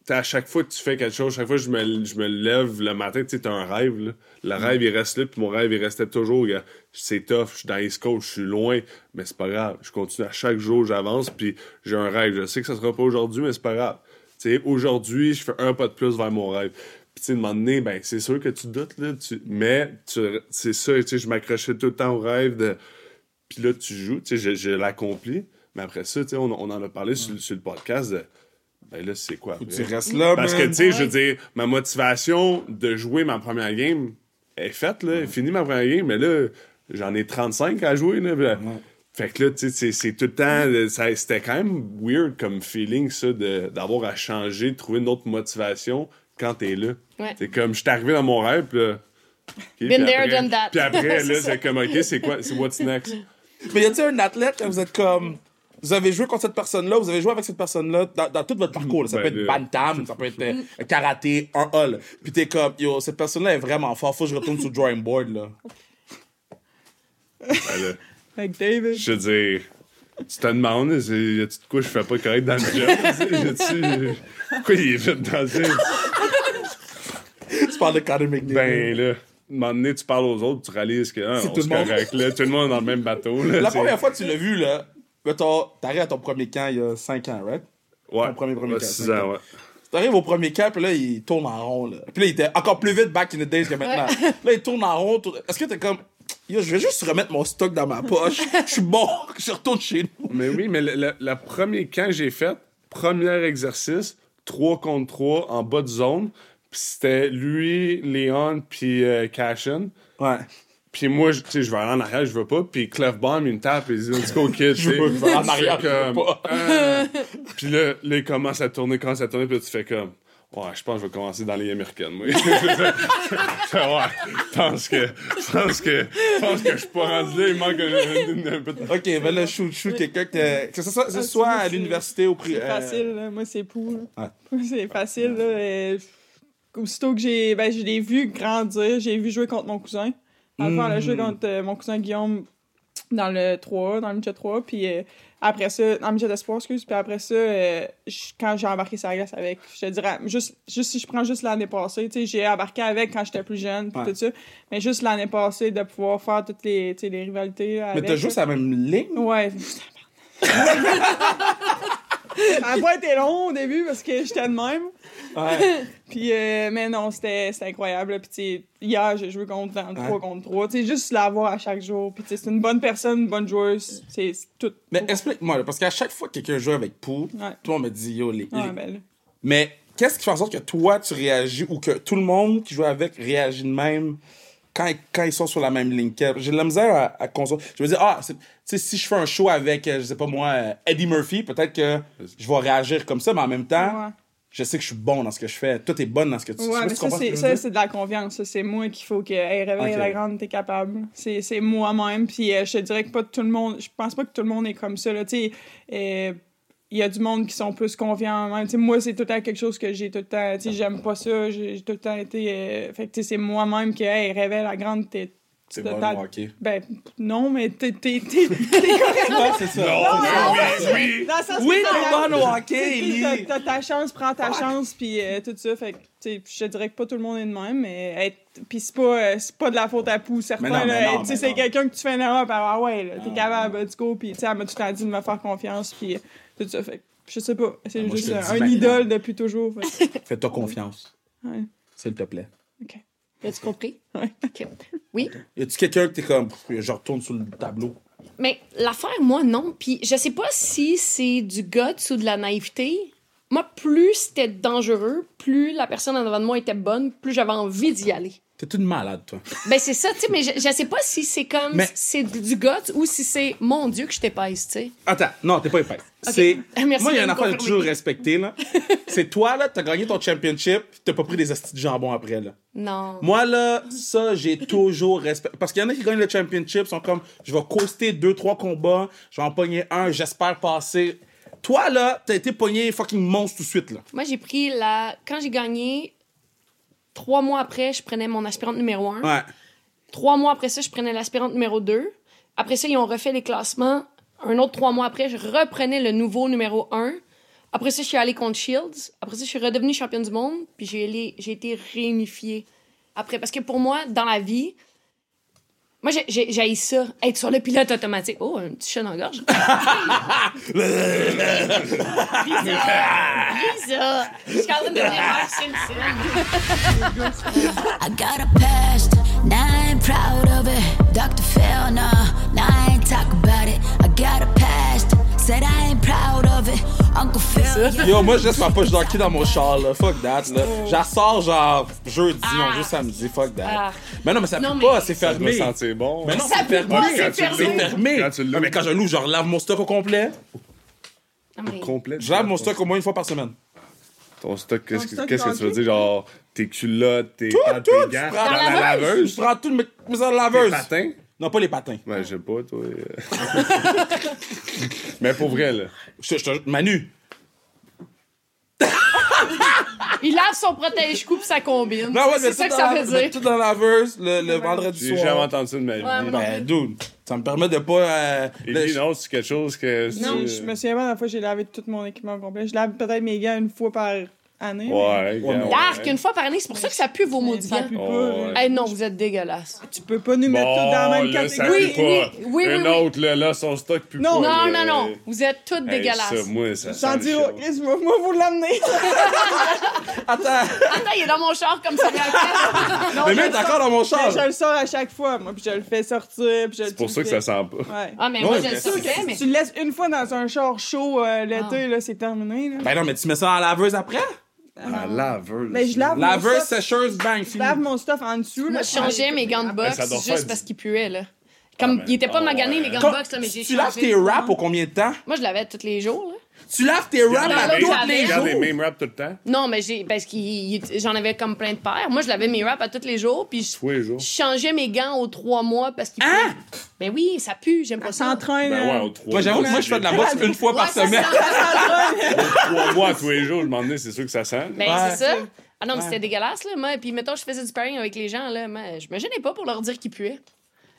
[SPEAKER 3] t'as- à chaque fois que tu fais quelque chose, chaque fois que je me, je me lève le matin, tu sais, t'as un rêve, là. Le rêve, il reste là, puis mon rêve, il restait toujours. Gars, C'est tough, je suis dans East Coast, je suis loin, mais c'est pas grave. Je continue à chaque jour, j'avance, puis j'ai un rêve. Je sais que ça sera pas aujourd'hui, mais c'est pas grave. Tu sais, aujourd'hui, je fais un pas de plus vers mon rêve. Puis, tu sais, de un moment donné, ben, c'est sûr que tu doutes, là. tu- Mais, tu... c'est ça, tu sais, je m'accrochais tout le temps au rêve de. Puis là, tu joues, tu sais, je, je l'accomplis. Mais après ça, tu sais, on, on en a parlé sur, sur le podcast de. Ben là, c'est quoi?
[SPEAKER 1] Faut que
[SPEAKER 3] après?
[SPEAKER 1] tu restes là,
[SPEAKER 3] Parce que,
[SPEAKER 1] man.
[SPEAKER 3] tu sais, je veux dire, ma motivation de jouer ma première game est faite, là. est Fini ma première game, mais là, j'en ai 35 à jouer, là. puis là, Fait que là, tu sais, c'est- c'est tout le temps... le- ça- C'était quand même weird comme feeling, ça, de- d'avoir à changer, de trouver une autre motivation quand t'es là.
[SPEAKER 2] Ouais.
[SPEAKER 3] C'est comme, je suis arrivé dans mon rêve, puis là... ok, puis
[SPEAKER 2] there,
[SPEAKER 3] après-
[SPEAKER 2] done that.
[SPEAKER 3] Puis après,
[SPEAKER 2] C'est
[SPEAKER 3] là,
[SPEAKER 2] ça.
[SPEAKER 3] c'est comme, OK, c'est quoi? C'est what's next?
[SPEAKER 1] Mais y a-t-il un athlète quand vous êtes comme. Vous avez joué contre cette personne-là, vous avez joué avec cette personne-là dans, dans tout votre parcours. là. Ça
[SPEAKER 3] Ben,
[SPEAKER 1] peut être
[SPEAKER 3] là.
[SPEAKER 1] bantam, ça peut être euh, karaté, un hall. Puis t'es comme, yo, cette personne-là est vraiment fort, faut que je retourne sur le drawing board, là.
[SPEAKER 3] Ben là,
[SPEAKER 4] Avec David.
[SPEAKER 3] je veux dire... Tu te demandes, c'est- y a-tu de quoi je fais pas correct dans le job? J'ai-tu- Pourquoi il est vite dans le
[SPEAKER 1] tu parles de Conor McDavid.
[SPEAKER 3] Ben là, un moment donné, tu parles aux autres, tu réalises que hein,
[SPEAKER 1] C'est
[SPEAKER 3] on
[SPEAKER 1] tout
[SPEAKER 3] se
[SPEAKER 1] le monde.
[SPEAKER 3] correct, là, tout le monde est dans le même bateau. Là,
[SPEAKER 1] La
[SPEAKER 3] t'sais.
[SPEAKER 1] première fois que tu l'as vu, là, mettons, t'arrives à ton premier camp il y a 5 ans, right?
[SPEAKER 3] ouais,
[SPEAKER 1] ton premier- premier
[SPEAKER 3] ouais,
[SPEAKER 1] cas,
[SPEAKER 3] six
[SPEAKER 1] cinq
[SPEAKER 3] ans, ouais.
[SPEAKER 1] T'arrives au premier camp, puis là, il tourne en rond, là. Puis là, il était encore plus vite back in the days que maintenant. Là, il tourne en rond. tourne- Est-ce que t'es comme, yo, je vais juste remettre mon stock dans ma poche, je suis bon, je retourne chez nous.
[SPEAKER 3] Mais oui, mais le, le- le premier camp que j'ai fait, premier exercice, 3 contre 3 en bas de zone. Puis c'était lui, Léon, puis euh, Cashin.
[SPEAKER 1] Ouais.
[SPEAKER 3] Puis moi, je- tu sais, je vais aller en arrière, je veux pas. Puis Clef Bomb, il me tape et il dit, let's go, kid.
[SPEAKER 1] Je veux pas, je vais en arrière, je veux pas.
[SPEAKER 3] Ah. Puis là, là, il commence à tourner, commence à tourner, puis là, tu fais comme. Ouais, je pense que je vais commencer dans les américaines, moi. Je fais, ouais, je pense que. Je pense que. Je pense que je suis pas rendu là, il manque un, un- un peu de.
[SPEAKER 1] Ok, ben là, shoot, shoot quelqu'un que, que ce soit, que ce
[SPEAKER 4] Ah,
[SPEAKER 1] soit
[SPEAKER 4] c'est-
[SPEAKER 1] à l'université ou pri-
[SPEAKER 4] C'est
[SPEAKER 1] euh,
[SPEAKER 4] facile, là. moi c'est pou. là.
[SPEAKER 1] Ouais.
[SPEAKER 4] Moi, C'est facile. Là. Euh, aussitôt que j'ai. Ben, je l'ai vu grandir, j'ai vu jouer contre mon cousin. Dans le fond, elle a joué
[SPEAKER 1] Mm.
[SPEAKER 4] contre euh, mon cousin Guillaume dans le 3, dans le midget 3. Puis euh, après ça, dans le midget espoir, excuse. Puis après ça, euh, je- quand j'ai embarqué sur la glace avec, je te dirais, juste, juste si je prends juste l'année passée, tu sais, j'ai embarqué avec quand j'étais plus jeune, puis
[SPEAKER 1] Ouais.
[SPEAKER 4] tout ça. Mais juste l'année passée, de pouvoir faire toutes les, tu sais, les rivalités.
[SPEAKER 1] Mais
[SPEAKER 4] avec,
[SPEAKER 1] t'as joué
[SPEAKER 4] là.
[SPEAKER 1] sur la même ligne?
[SPEAKER 4] Ouais. Ça a pas été long au début parce que j'étais de même.
[SPEAKER 1] Ouais.
[SPEAKER 4] Puis, euh, mais non, c'était c'était incroyable. là. Puis, tu sais, hier, j'ai joué contre dans le
[SPEAKER 1] Ouais.
[SPEAKER 4] 3 contre 3. Tu sais, juste l'avoir à chaque jour. Puis, tu sais, c'est une bonne personne, une bonne joueuse. C'est c'est tout.
[SPEAKER 1] Mais explique-moi, là, parce qu'à chaque fois que quelqu'un joue avec Pou, tout
[SPEAKER 4] Ouais.
[SPEAKER 1] le monde me dit, yo, les.
[SPEAKER 4] Ouais,
[SPEAKER 1] les-
[SPEAKER 4] ben là.
[SPEAKER 1] Mais qu'est-ce qui fait en sorte que toi, tu réagis ou que tout le monde qui joue avec réagit de même quand, quand ils sont sur la même ligne? qu'elle? J'ai de la misère à, à concevoir. Je me dis, ah, c'est- tu sais, si je fais un show avec, euh, je sais pas moi, euh, Eddie Murphy, peut-être que je vais réagir comme ça, mais en même temps,
[SPEAKER 4] Ouais.
[SPEAKER 1] je sais que je suis bon dans ce que je fais. Toi, t'es bonne dans ce que tu
[SPEAKER 4] Ouais,
[SPEAKER 1] je sais pas
[SPEAKER 4] mais
[SPEAKER 1] si tu
[SPEAKER 4] ça,
[SPEAKER 1] comprends ce que
[SPEAKER 4] c'est,
[SPEAKER 1] je veux
[SPEAKER 4] ça,
[SPEAKER 1] dire.
[SPEAKER 4] c'est de la confiance. ça. C'est moi qu'il faut que. Hey, réveille
[SPEAKER 1] Ok.
[SPEAKER 4] la grande, t'es capable. C'est, c'est moi-même. Puis euh, je te dirais que pas tout le monde. Je pense pas que tout le monde est comme ça. Là. Tu sais, euh, il y a du monde qui sont plus confiants en eux-mêmes. Tu sais, Moi, c'est tout le temps quelque chose que j'ai tout le temps. tu sais, J'aime pas ça. J'ai j'ai tout le temps été. euh, Fait que tu sais, c'est moi-même qui. Hey, réveille la grande, t'es.
[SPEAKER 1] C'est
[SPEAKER 4] t'es
[SPEAKER 1] bon,
[SPEAKER 4] ta-
[SPEAKER 1] ok.
[SPEAKER 4] Ben, non, mais t'es. t'es, t'es-
[SPEAKER 1] Ouais, c'est ça. C'est ça.
[SPEAKER 3] oui!
[SPEAKER 4] dans le sens
[SPEAKER 1] Oui,
[SPEAKER 4] que
[SPEAKER 1] t'es
[SPEAKER 4] t'as-
[SPEAKER 1] bonne au hockey,
[SPEAKER 4] T'sais,
[SPEAKER 1] Ellie.
[SPEAKER 4] t'as- T'as ta chance, prends ta chance, puis euh, tout ça. Fait que, t'sais, je te dirais que pas tout le monde est de même, mais être- puis c'est pas, euh, c'est pas de la faute à Pou, certains.
[SPEAKER 1] Mais non, mais
[SPEAKER 4] là,
[SPEAKER 1] non,
[SPEAKER 4] t'sais,
[SPEAKER 1] mais
[SPEAKER 4] c'est
[SPEAKER 1] non.
[SPEAKER 4] quelqu'un que tu fais une erreur, puis ah ouais, là, t'es capable, let's go, puis t'sais, elle m'a tout le temps dit de me faire confiance, puis euh, tout ça. Fait que, je sais pas, c'est
[SPEAKER 1] moi,
[SPEAKER 4] juste
[SPEAKER 1] je te
[SPEAKER 4] un,
[SPEAKER 1] dis maintenant.
[SPEAKER 4] idole depuis toujours. fait que,
[SPEAKER 1] Fais-toi confiance,
[SPEAKER 4] ouais.
[SPEAKER 1] s'il te plaît.
[SPEAKER 4] OK.
[SPEAKER 2] As-tu compris?
[SPEAKER 4] Ouais.
[SPEAKER 2] OK. Oui.
[SPEAKER 1] Y a-tu quelqu'un que t'es comme, Pff, je retourne sur le tableau?
[SPEAKER 2] Mais l'affaire, moi, non. Puis je sais pas si c'est du guts ou de la naïveté. Moi, plus c'était dangereux, plus la personne en avant de moi était bonne, plus j'avais envie d'y aller.
[SPEAKER 1] T'es une malade, toi.
[SPEAKER 2] Ben, c'est ça, tu sais, mais je, je sais pas si c'est comme.
[SPEAKER 1] Mais-
[SPEAKER 2] C'est du guts ou si c'est mon Dieu que je t'épaisse, tu sais.
[SPEAKER 1] Attends, non, t'es pas épais. C'est...
[SPEAKER 2] Merci
[SPEAKER 1] Moi, il y a
[SPEAKER 2] de
[SPEAKER 1] une
[SPEAKER 2] me
[SPEAKER 1] affaire que j'ai
[SPEAKER 2] confirmer.
[SPEAKER 1] toujours respectée, là. C'est toi, là, t'as gagné ton championship, t'as pas pris des astis de jambon après, là.
[SPEAKER 2] Non.
[SPEAKER 1] Moi, là, ça, j'ai toujours respecté. Parce qu'il y en a qui gagnent le championship, sont comme, je vais coaster deux, trois combats, je vais en pogner un, j'espère passer. Toi, là, t'as été pogné fucking monstre tout de suite, là.
[SPEAKER 2] Moi, j'ai pris la. Quand j'ai gagné, trois mois après, je prenais mon aspirante numéro un.
[SPEAKER 1] Ouais.
[SPEAKER 2] Trois mois après ça, je prenais l'aspirante numéro 2. Après ça, ils ont refait les classements. Un autre trois mois après, je reprenais le nouveau numéro 1. Après ça, je suis allée contre Shields. Après ça, je suis redevenue championne du monde. Puis j'ai allé- j'ai été réunifiée après. Parce que pour moi, dans la vie, moi, j'ai- j'ai j'ai ça. Être sur le pilote automatique. Oh, un petit chat dans la gorge. Lisa! Je suis en train de devenir Mark Simpson.
[SPEAKER 5] I got a past, now I ain't proud of it. Dr. Phil, no, now I ain't talk about it. I got a past, said I ain't proud of it. Uncle Phil, yeah.
[SPEAKER 1] Yo, moi, je laisse ma poche d'hockey dans mon char, là. Fuck that, là. J'en sors, genre, jeudi, non, juste samedi. Fuck that.
[SPEAKER 2] Ah.
[SPEAKER 1] Mais non, mais ça
[SPEAKER 2] Non,
[SPEAKER 1] peut
[SPEAKER 2] mais-
[SPEAKER 1] pas, c'est
[SPEAKER 3] Ça doit
[SPEAKER 1] fermé.
[SPEAKER 3] sentir bon.
[SPEAKER 1] Mais non,
[SPEAKER 2] Ça
[SPEAKER 1] c'est
[SPEAKER 2] peut
[SPEAKER 1] fermé.
[SPEAKER 2] pas,
[SPEAKER 1] Quand tu
[SPEAKER 2] c'est
[SPEAKER 1] l'ouvres,
[SPEAKER 2] fermé.
[SPEAKER 1] C'est fermé.
[SPEAKER 3] Quand tu l'ouvres.
[SPEAKER 1] Non, mais quand je l'ouvre, je relave mon stock au complet.
[SPEAKER 2] Non, mais-
[SPEAKER 3] Complet.
[SPEAKER 1] Je lave mon stock au moins une fois par semaine.
[SPEAKER 3] Ton stock, qu'est-ce
[SPEAKER 4] Ton
[SPEAKER 3] que, qu'est-ce
[SPEAKER 4] stock
[SPEAKER 3] que tu veux
[SPEAKER 4] d'hockey.
[SPEAKER 3] dire? Genre, tes culottes, tes
[SPEAKER 1] Tout,
[SPEAKER 3] pattes,
[SPEAKER 1] tout.
[SPEAKER 3] tes
[SPEAKER 1] tu
[SPEAKER 3] gants,
[SPEAKER 1] prends-
[SPEAKER 3] dans la
[SPEAKER 1] Je
[SPEAKER 3] laveuse,
[SPEAKER 1] prends tout, mais mais dans la
[SPEAKER 3] tes
[SPEAKER 1] laveuse.
[SPEAKER 3] patins.
[SPEAKER 1] Non, pas les patins.
[SPEAKER 3] Ben, je sais pas, toi. euh. mais pour vrai, là.
[SPEAKER 1] Je- je te- Manu.
[SPEAKER 2] Il lave son protège-cou pis ça combine.
[SPEAKER 1] Non, ouais,
[SPEAKER 2] c'est
[SPEAKER 1] mais
[SPEAKER 2] ça
[SPEAKER 1] tout
[SPEAKER 2] que
[SPEAKER 1] dans
[SPEAKER 2] ça
[SPEAKER 1] la-
[SPEAKER 2] veut
[SPEAKER 1] mets
[SPEAKER 2] dire.
[SPEAKER 1] tout dans la laveuse le, le vendredi
[SPEAKER 3] J'ai
[SPEAKER 1] soir.
[SPEAKER 3] jamais entendu ça de ma vie.
[SPEAKER 2] Ouais, moi non
[SPEAKER 1] Ben, dude, ça me permet de pas. euh,
[SPEAKER 3] Et
[SPEAKER 1] de-
[SPEAKER 3] lui, non, c'est quelque chose que.
[SPEAKER 4] Non,
[SPEAKER 3] tu-
[SPEAKER 4] je me souviens pas la fois que j'ai lavé tout mon équipement complet. Je lave peut-être mes gants une fois par année.
[SPEAKER 3] Ouais,
[SPEAKER 1] Ouais, mais-
[SPEAKER 3] gars,
[SPEAKER 2] Dark, une fois par année, c'est pour ça que ça pue vos
[SPEAKER 4] mais
[SPEAKER 2] maudits
[SPEAKER 4] ça
[SPEAKER 2] gants.
[SPEAKER 4] pue
[SPEAKER 3] Oh,
[SPEAKER 4] pas.
[SPEAKER 3] ouais.
[SPEAKER 4] là.
[SPEAKER 2] Eh non, vous êtes dégueulasse.
[SPEAKER 4] Tu peux pas nous mettre tout dans la même
[SPEAKER 3] là, ça
[SPEAKER 4] catégorie.
[SPEAKER 2] pue
[SPEAKER 3] pue pas.
[SPEAKER 2] oui, oui,
[SPEAKER 3] Une
[SPEAKER 2] oui, oui.
[SPEAKER 3] autre, là, là, son stock pue
[SPEAKER 4] Non.
[SPEAKER 3] pas.
[SPEAKER 2] Non,
[SPEAKER 3] là.
[SPEAKER 2] non, non. Vous êtes toutes
[SPEAKER 3] euh, Hey,
[SPEAKER 2] dégueulasses.
[SPEAKER 3] Ça, moi, ça
[SPEAKER 4] Sans
[SPEAKER 3] sent
[SPEAKER 4] dire,
[SPEAKER 3] le
[SPEAKER 4] oh,
[SPEAKER 3] chiot.
[SPEAKER 4] Chris, moi, moi, vous l'amenez.
[SPEAKER 1] Attends,
[SPEAKER 2] Attends, il est dans mon char comme ça.
[SPEAKER 1] le mec est encore dans mon char.
[SPEAKER 4] je le sors à chaque fois, moi, puis je le fais sortir. puis je
[SPEAKER 3] C'est pour ça que ça sent pas.
[SPEAKER 4] Ouais.
[SPEAKER 2] Ah, mais
[SPEAKER 1] Ouais,
[SPEAKER 2] moi, je
[SPEAKER 1] mais
[SPEAKER 2] le
[SPEAKER 1] c'est
[SPEAKER 2] sortais, mais... Ah.
[SPEAKER 4] Tu le laisses une fois dans un char chaud euh, l'été, là, c'est terminé. Là.
[SPEAKER 1] Ben non, mais tu mets ça dans la laveuse après?
[SPEAKER 3] La laveuse.
[SPEAKER 4] Ben, je lave mon
[SPEAKER 1] Laveuse,
[SPEAKER 4] stuff,
[SPEAKER 1] sécheuse, bang,
[SPEAKER 4] je
[SPEAKER 1] fini.
[SPEAKER 4] lave mon stuff en dessous.
[SPEAKER 2] Moi,
[SPEAKER 4] là,
[SPEAKER 2] je changeais mes gants de boxe
[SPEAKER 3] ça doit faire
[SPEAKER 2] juste
[SPEAKER 3] du-
[SPEAKER 2] parce qu'ils puaient, là. Comme,
[SPEAKER 3] Ah, ben,
[SPEAKER 2] ils étaient pas
[SPEAKER 3] oh,
[SPEAKER 2] maganés, mes
[SPEAKER 3] ouais.
[SPEAKER 2] gants de
[SPEAKER 1] Comme-
[SPEAKER 2] boxe, là, mais j'ai
[SPEAKER 1] tu laves
[SPEAKER 2] changé.
[SPEAKER 1] tes wraps pour combien de temps?
[SPEAKER 2] Moi, je l'avais tous les jours, là.
[SPEAKER 1] Tu laves tes wraps
[SPEAKER 2] la
[SPEAKER 1] à
[SPEAKER 2] laveuse
[SPEAKER 1] tous les
[SPEAKER 2] avec.
[SPEAKER 1] jours?
[SPEAKER 3] Regarde les mêmes raps tout le temps.
[SPEAKER 2] Non, mais j'ai... Parce que j'en avais comme plein de paires. Moi, je l'avais mes wraps à tous les jours, puis je...
[SPEAKER 3] Tous les jours.
[SPEAKER 2] je changeais mes gants aux trois mois parce qu'ils
[SPEAKER 1] Hein?
[SPEAKER 2] puaient. Ben oui, ça pue, j'aime pas
[SPEAKER 4] Elle
[SPEAKER 2] ça.
[SPEAKER 4] s'entraîne.
[SPEAKER 3] Ben ouais,
[SPEAKER 4] euh,
[SPEAKER 3] au trois
[SPEAKER 1] Moi, j'avoue que
[SPEAKER 3] mois,
[SPEAKER 1] moi, je fais de la
[SPEAKER 3] j'ai-
[SPEAKER 1] boxe une fois
[SPEAKER 2] Ouais,
[SPEAKER 1] par
[SPEAKER 2] ça
[SPEAKER 1] semaine.
[SPEAKER 2] sent-
[SPEAKER 3] Trois mois, tous les jours, je m'en ai, c'est sûr que ça sent.
[SPEAKER 2] Ben,
[SPEAKER 1] Ouais.
[SPEAKER 2] c'est ça. Ah non, mais c'était dégueulasse, là. Moi, puis mettons, je faisais du sparring avec les gens, là. Moi, je me gênais pas pour leur dire qu'ils puaient.